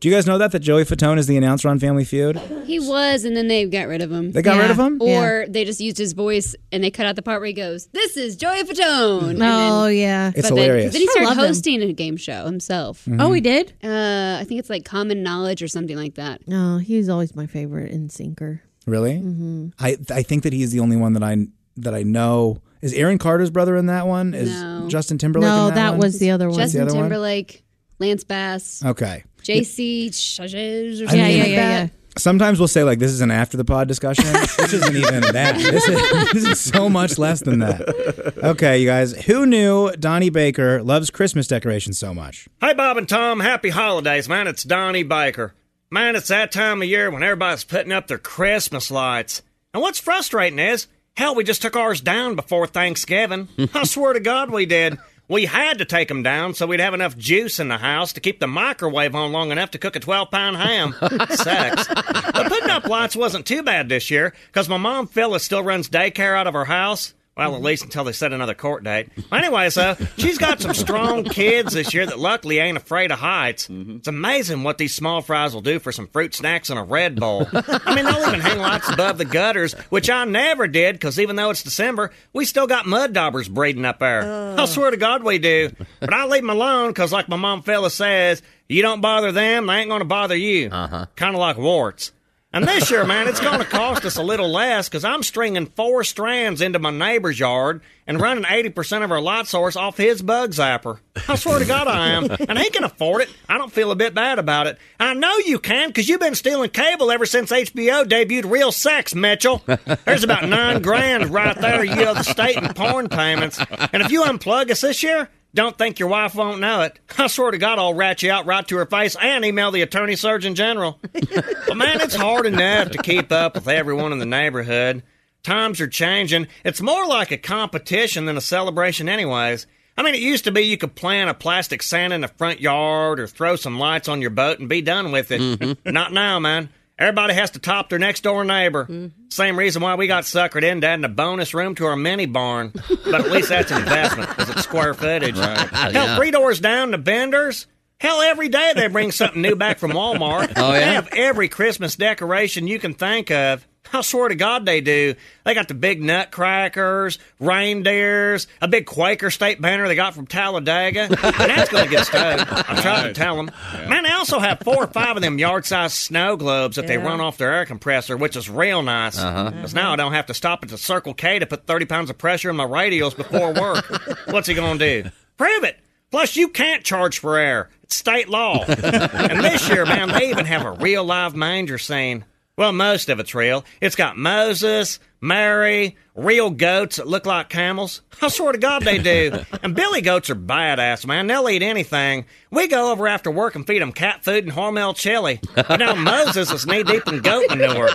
S2: Do you guys know that that Joey Fatone is the announcer on Family Feud?
S5: He was, and then they got rid of him.
S2: They got rid of Yeah. him?
S5: Or they just used his voice and they cut out the part where he goes, This is Joey Fatone.
S3: Oh, yeah.
S2: It's
S5: but then-
S2: hilarious.
S5: Then, he
S3: I
S5: started
S3: love him.
S5: hosting a game show himself.
S2: Mhm. Oh, he
S3: did?
S5: Uh, I think it's like Common Knowledge or something like that.
S3: No, he was Oh, always my favorite in sinker.
S2: Really?
S3: Mm-hmm.
S2: I I think that he's the only one that I that I know. Is Aaron Carter's brother in that one? Is
S5: No.
S2: Justin Timberlake?
S3: No,
S2: in that,
S3: that
S2: one?
S3: was the other one.
S2: That's the
S5: Justin
S2: other one?
S5: Timberlake, Lance Bass,
S2: Okay.
S5: JC Chazes or
S2: I
S5: something
S2: mean-
S5: like that.
S2: Sometimes we'll say like this is an after the pod
S3: (laughs)
S2: discussion. this isn't even that. This is, this is so much less than that. Okay, you guys, who knew Donnie Baker loves Christmas decorations so much?
S17: Hey, Bob and Tom, happy holidays, man. It's Donnie Baker. Man, it's that time of year when everybody's putting up their Christmas lights. And what's frustrating is, hell, we just took ours down
S6: (laughs)
S17: before Thanksgiving. I swear to God we did. We had to take them down so we'd have enough juice in the house to keep the microwave on long enough to cook a 12
S6: (laughs)
S17: pound ham. Sex. But putting up lights wasn't too bad this year because my mom, Phyllis, still runs daycare out of her house. Well, at least until they set another court date. Anyway, so she's got some strong kids this year that luckily ain't afraid of heights. It's amazing what these small fries will do for some fruit snacks and a Red Bull. I mean, they'll even hang lights above the gutters, which I never did because even though it's December, we still got mud daubers breeding up there. I swear to God we do. But I leave them alone because, like my mom fella says, you don't bother them, they ain't going to bother you. Uh-huh. Kind of like warts. And this year, man, it's going to cost us a little less because I'm stringing four strands into my neighbor's yard and running 80% of our light source off his bug zapper. I swear to God I am. And he can afford it. I don't feel a bit bad about it. I know you can because you've been stealing cable ever since HBO debuted Real Sex, Mitchell. (laughs) There's about nine grand right there, you know, the state and porn payments. And if you unplug us this year, don't think your wife won't know it. I swear to God, I'll rat you out right to her face and email the Attorney Surgeon General. But man, it's hard enough to keep up with everyone in the neighborhood. Times are changing. It's more like a competition than a celebration, anyways. I mean, it used to be you could plant a plastic Santa in the front yard or throw some lights on your boat and be done with it. Not now, man. Everybody has to top their next door neighbor. Same reason why we got suckered into adding a bonus room to our mini barn. But at least that's an investment because it's square footage. Hell,
S16: yeah.
S17: three doors down to vendors. Hell, every day they bring something new back from Walmart.
S16: (laughs) Oh,
S17: They
S16: yeah?
S17: have every Christmas decoration you can think of. I swear to God, they do. They got the big nutcrackers, reindeers, a big Quaker state banner they got from Talladega. And that's going to get stowed. I tried to tell them. Man, they also have four or five of them yard sized snow globes that they
S16: Yeah.
S17: run off their air compressor, which is real nice.
S16: Uh-huh.
S17: Because now I don't have to stop at the Circle K to put 30 pounds of pressure in my radials before work. What's he going to do? Prove it. Plus, you can't charge for air. It's state law. and this year, man, they even have a real live manger scene. Well, most of it's real. It's got Moses, Mary, real goats that look like camels. I swear to God they do. And Billy goats are badass, man. They'll eat anything. We go over after work and feed them cat food and Hormel chili. But now Moses is knee deep in goat manure.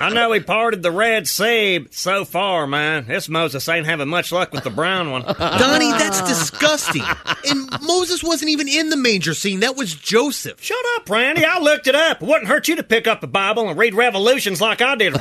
S17: I know he parted the Red Sea, but so far, man, this Moses ain't having much luck with the brown one.
S19: Donnie, that's disgusting. And Moses wasn't even in the manger scene. That was Joseph.
S17: Shut up, Randy. I looked it up. It wouldn't hurt you to pick up the Bible and read Revolutions like I did,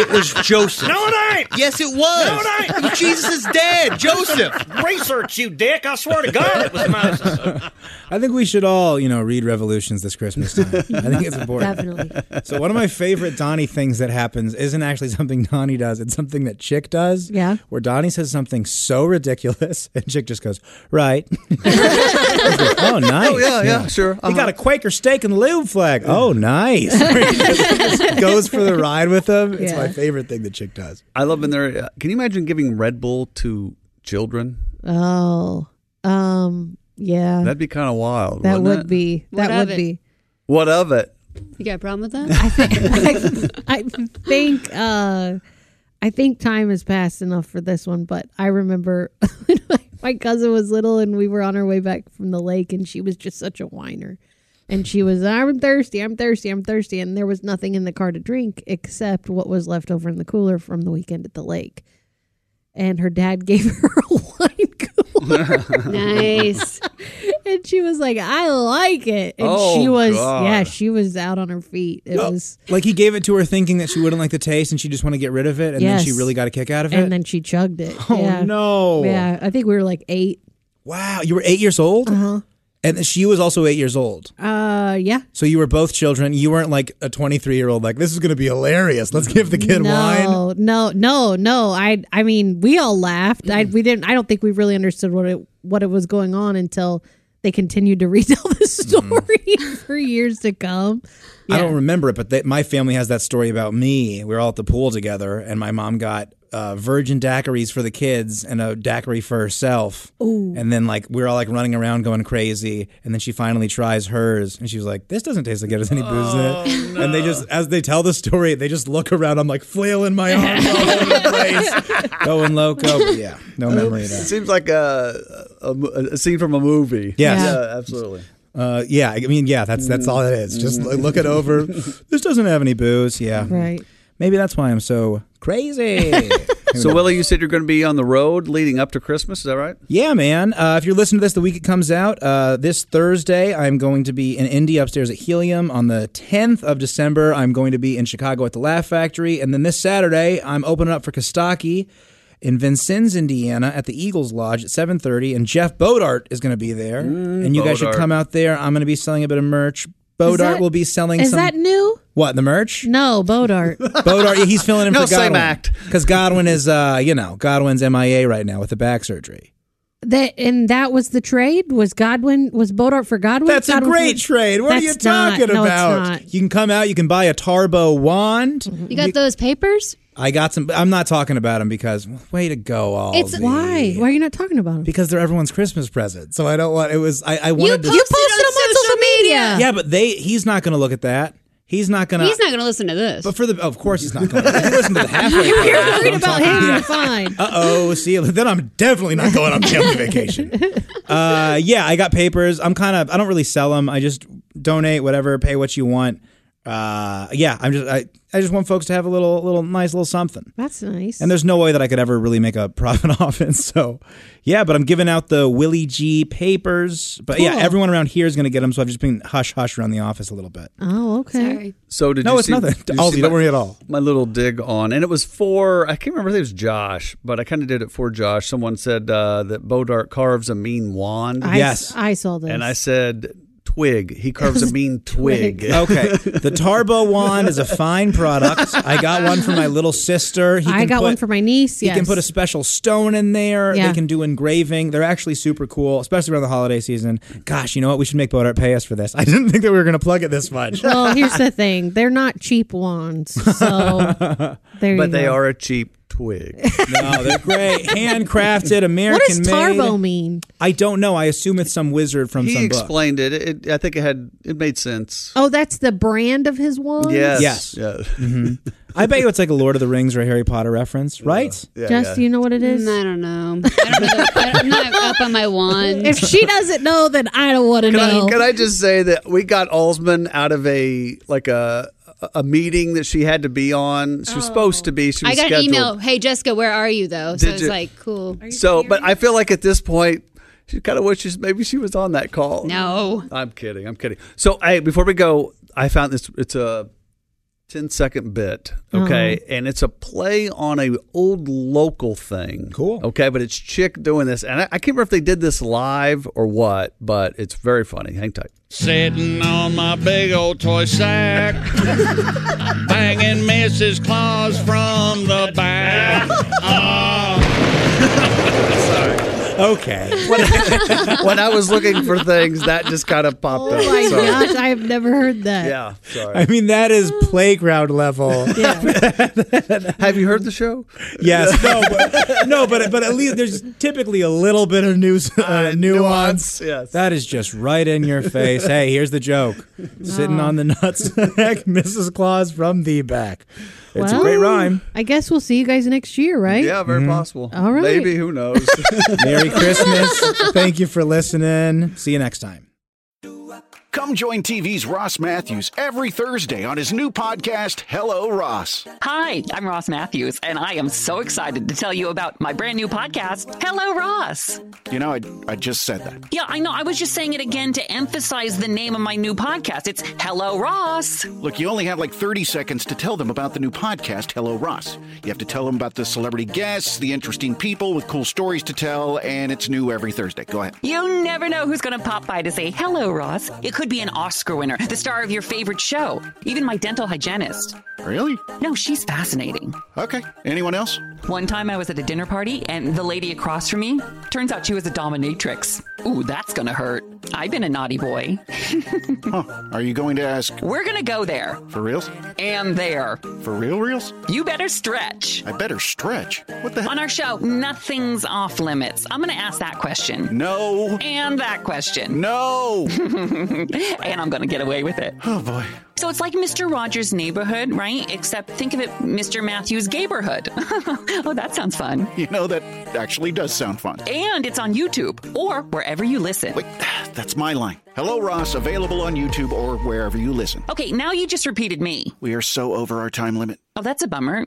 S19: (laughs) it was Joseph.
S17: No, it ain't.
S19: Yes, it was.
S17: No, it ain't.
S19: Jesus is dead. Joseph.
S17: Research, you dick. I swear to God, it was Moses.
S2: I think we should all, you know, read Revolutions this Christmas time. I think
S3: (laughs)
S2: it's important.
S3: Definitely.
S2: So one of my favorite Donnie things that happens isn't actually something Donnie does; it's something that Chick does. Yeah. Where Donnie says something so ridiculous, (laughs) and Chick just goes, "Right." (laughs)
S3: (laughs)
S2: oh, nice.
S4: Oh, yeah, yeah, sure.
S2: He
S3: uh-huh.
S2: got a Quaker steak and Lube
S3: (laughs)
S2: flag. Oh, nice. He just (laughs) goes for the ride with him. It's
S3: Yeah.
S2: my favorite thing that Chick does.
S4: I love in there. uh, Can you imagine giving Red Bull to children?
S3: Oh, um, yeah.
S4: That'd be kind of wild.
S3: that
S4: wouldn't it?
S3: would be.
S5: What
S3: That
S5: of
S3: would
S5: it?
S3: be.
S4: What of it?
S5: You got a problem with that? I think
S2: (laughs)
S3: I think. Uh, I think time has passed enough for this one, but I remember (laughs) when my- my cousin was little and we were on our way back from the lake, and she was just such a whiner. And she was, I'm thirsty, I'm thirsty, I'm thirsty. And there was nothing in the car to drink except what was left over in the cooler from the weekend at the lake. And her dad (laughs) gave her
S2: (laughs)
S5: nice.
S3: and she was like, I like it. And
S2: Oh,
S3: she was,
S2: God.
S3: yeah, she was out on her feet. It
S2: Oh,
S3: was,
S2: like he gave it to her thinking that she wouldn't like the taste and she just want to get rid of it and then she
S3: Yes.
S2: really got a kick out of it.
S3: and then she chugged it.
S2: Oh,
S3: yeah.
S2: no.
S3: Yeah, I think we were like eight.
S2: wow, you were 8 years old? Uh-huh. And she was also 8 years old.
S3: Uh, yeah.
S2: So you were both children. You weren't like a 23-year-old like this is going to be hilarious. Let's give the kid
S3: no,
S2: wine.
S3: no, no, no. I, I mean, we all laughed. I, we didn't. I don't think we really understood what it, what it was going on until they continued to (laughs) retell the
S2: Mm-hmm.
S3: story (laughs) for years to come.
S2: I don't remember it, but they, my family has that story about me. We were all at the pool together and my mom got uh, virgin daiquiris for the kids and a daiquiri for herself.
S3: Ooh.
S17: (laughs)
S2: And then like we were all like running around going crazy, and then she finally tries hers, and she was like, "This doesn't taste as good as any booze in it." And they just, as they tell the story, they just look around. I'm like flailing my arms all over the place, going loco. But yeah, no memory
S4: It
S2: of that.
S4: Uh, seems like a, a, a scene from a movie.
S2: Yes.
S4: Yeah, absolutely.
S2: Uh, yeah, I mean, yeah, that's that's all it is. Just like, look it over. This doesn't have any booze. Yeah,
S3: right.
S2: Maybe that's why I'm so
S4: (laughs)
S2: crazy.
S4: So, Willie, you said you're going to be on the road leading up to Christmas. Is that right?
S2: Yeah, man. Uh, if you're listening to this the week it comes out, uh, this Thursday, I'm going to be in Indy upstairs at Helium. On the 10th of December, I'm going to be in Chicago at the Laugh Factory. And then this Saturday, I'm opening up for Kostaki in Vincennes, Indiana at the Eagles Lodge at 7.30. And Jeff Bodart is going to be there. and you guys should
S4: Bodart.
S2: come out there. I'm going to be selling a bit of merch. Bodart
S3: Is that-
S2: will be selling
S3: Is
S2: some...
S3: that new?
S2: what, the merch?
S3: No, Bodart.
S2: (laughs) Bodart, yeah, he's filling in
S3: No,
S2: for
S3: same
S2: Godwin.
S3: act.
S2: Because Godwin is, uh, you know, Godwin's MIA right now with the back surgery.
S3: That and that was the trade. Was Godwin? Was Bodart for Godwin?
S2: That's a
S3: Godwin for-
S2: great trade. What are you
S3: That's not-
S2: talking
S3: no, it's
S2: about?
S3: not. Mm-hmm.
S2: You can come out. You can buy a Tarbo wand.
S5: you got those papers.
S2: I got some. I'm not talking about them because way to go, all
S5: It's-
S3: Why? Why are you not talking about him?
S2: Because they're everyone's Christmas present. So I don't want. It was. I, I
S5: You
S2: wanted
S5: posted,
S2: to.
S5: on, social, media.
S2: Yeah, but they. He's not going to look at that. He's not going to.
S5: He's not going to listen to this.
S2: But for the, of course, he's not going. to Listen to the halfway.
S5: You're
S3: worried about him, you're fine.
S2: Uh oh. See, (laughs) you- then I'm definitely not going on family
S3: (laughs)
S2: vacation. Uh, yeah, I got papers. I'm kind of. I don't really sell them. I just donate whatever, pay what you want. Uh, yeah, I'm just. I, I just want folks to have a little, little nice, little something.
S3: That's nice.
S2: And there's no way that I could ever really make a (laughs) profit off it. So, yeah, but I'm giving out the Willie G papers. But yeah,
S3: Cool.
S2: everyone around here is going to get them. So I've just been hush hush around the office a little bit.
S3: oh, okay.
S4: So did
S2: No,
S4: you
S2: it's
S4: see,
S2: nothing.
S4: did you
S2: Ozzy,
S4: see
S2: don't
S4: my-
S2: worry at all.
S4: My little dig on, and it was for I can't remember. if It was Josh, but I kind of did it for Josh. Someone said uh, that Bodart carves a mean wand.
S3: I, yes, I saw this.
S4: and I said twig. He carves
S2: (laughs)
S4: a mean twig. (laughs)
S2: okay. The Tarbo wand is a fine product. I got one for my little sister.
S3: I got one
S2: put-
S3: for my niece.
S2: He
S3: Yes.
S2: can put (laughs) a special stone in there.
S3: Yeah.
S2: They can do engraving. They're actually super cool, especially around the holiday season. Gosh, you know what? We should make Bodart pay us for this. (laughs) I didn't think that we were going to plug it this much.
S3: (laughs) well, here's
S2: (laughs)
S3: the thing: they're not cheap wands, so there you
S4: but they
S3: go.
S4: are a cheap twig.
S2: (laughs) no, they're great. Handcrafted, American
S3: What does tarbo
S2: made.
S3: mean?
S2: I don't know. I assume it's some wizard from
S4: he
S2: some book.
S4: explained it. It, I think it had it made sense.
S3: Oh, that's the brand of his wand.
S4: Yes.
S2: Yes.
S4: Yeah.
S2: Mhm. I bet you it's like a Lord of the Rings or a Harry Potter reference, right?
S3: Jess, do you know what it is?
S5: Mm, I don't know. I don't know the, I don't, I'm not up on my wand.
S3: If she doesn't know, Oh, then
S2: (laughs)
S3: I don't want to
S4: Can I,
S3: know.
S4: can I just say that we got Alsman out of a like a a meeting that she had to be on. She was supposed to be. She was
S5: Oh. I got
S4: scheduled.
S5: an email. Hey Jessica, where are you though? So
S4: Did
S5: it's
S4: you-
S5: like cool.
S4: So, but I feel like at this point, she kind of wishes maybe she was on that call.
S5: No.
S4: I'm kidding. I'm kidding. So, hey, before we go, I found this. It's a 10 second bit. Okay.
S5: Uh-huh.
S4: And it's a play on a old local thing. Cool. Okay. But it's Chick doing this. And I, I can't remember if they did this live or what, but it's very funny. Hang tight.
S20: Sitting on my big old toy sack, (laughs) banging
S8: (laughs)
S20: Mrs.
S17: Uh,
S20: Claus from the back. Oh.
S4: Sorry.
S2: Okay.
S4: when, when I was
S3: (laughs)
S4: looking for things, that just kind of popped up.
S3: Oh my
S4: so-
S3: gosh, I have never heard that.
S4: Yeah, sorry.
S2: I mean, that is playground level. (laughs)
S4: Have you heard the show? (laughs)
S2: Yes. No, but, no, but but at least there's typically a little bit of news, uh, nuance.
S4: yes.
S2: That is just right in your face. Hey, here's the
S3: (laughs)
S2: joke. Sitting
S3: Oh.
S2: on the nuts, (laughs) Mrs. Claus from the back. It's a great
S3: Well,
S2: rhyme. Mm-hmm.
S3: I guess we'll see you guys next year, right?
S4: Yeah, very possible.
S3: All right.
S4: Maybe who knows? (laughs)
S2: Merry Christmas. Thank you for listening. See you next time.
S21: (laughs) Come join TV's Ross Matthews every Thursday on his new podcast, Hello Ross.
S22: Hi, I'm Ross Matthews, and I am so excited to tell you about my brand new podcast, Hello Ross.
S21: You know, I, I just said that.
S22: Yeah, I know. I was just saying it again to emphasize the name of my new podcast. It's Hello Ross.
S21: Look, you only have like 30 seconds to tell them about the new podcast, Hello Ross. You have to tell them about the celebrity guests, the interesting people with cool stories to tell, and it's new every Thursday. Go ahead.
S22: You never know who's going to pop by to say hello, Ross. It could be an Oscar winner, the star of your favorite show, even my dental hygienist.
S21: Really?
S22: No, she's fascinating.
S21: Okay. Anyone else?
S22: One time I was at a dinner party, and the lady across from me turns out she was a dominatrix. Ooh, that's going to hurt. I've been a naughty boy. (laughs)
S21: Are you going to ask
S22: We're going to go there.
S21: for reals?
S22: And there.
S21: For real, reals?
S22: You better stretch.
S21: I better stretch. What the
S22: On our show, nothing's off limits. I'm going to ask that question.
S21: No.
S22: And that question.
S21: No.
S22: (laughs) and I'm going to get away with it.
S21: Oh, boy.
S22: So it's like Mr. Rogers' neighborhood, right? Except think of it Mr. Matthews' neighborhood. (laughs) oh, that sounds fun.
S21: You know, that actually does sound fun.
S22: And it's on YouTube or wherever you listen.
S21: That's my line. Hello Ross, available on YouTube or wherever you listen.
S22: Okay, now you just repeated me.
S21: We are so over our time limit.
S22: Oh, that's a bummer.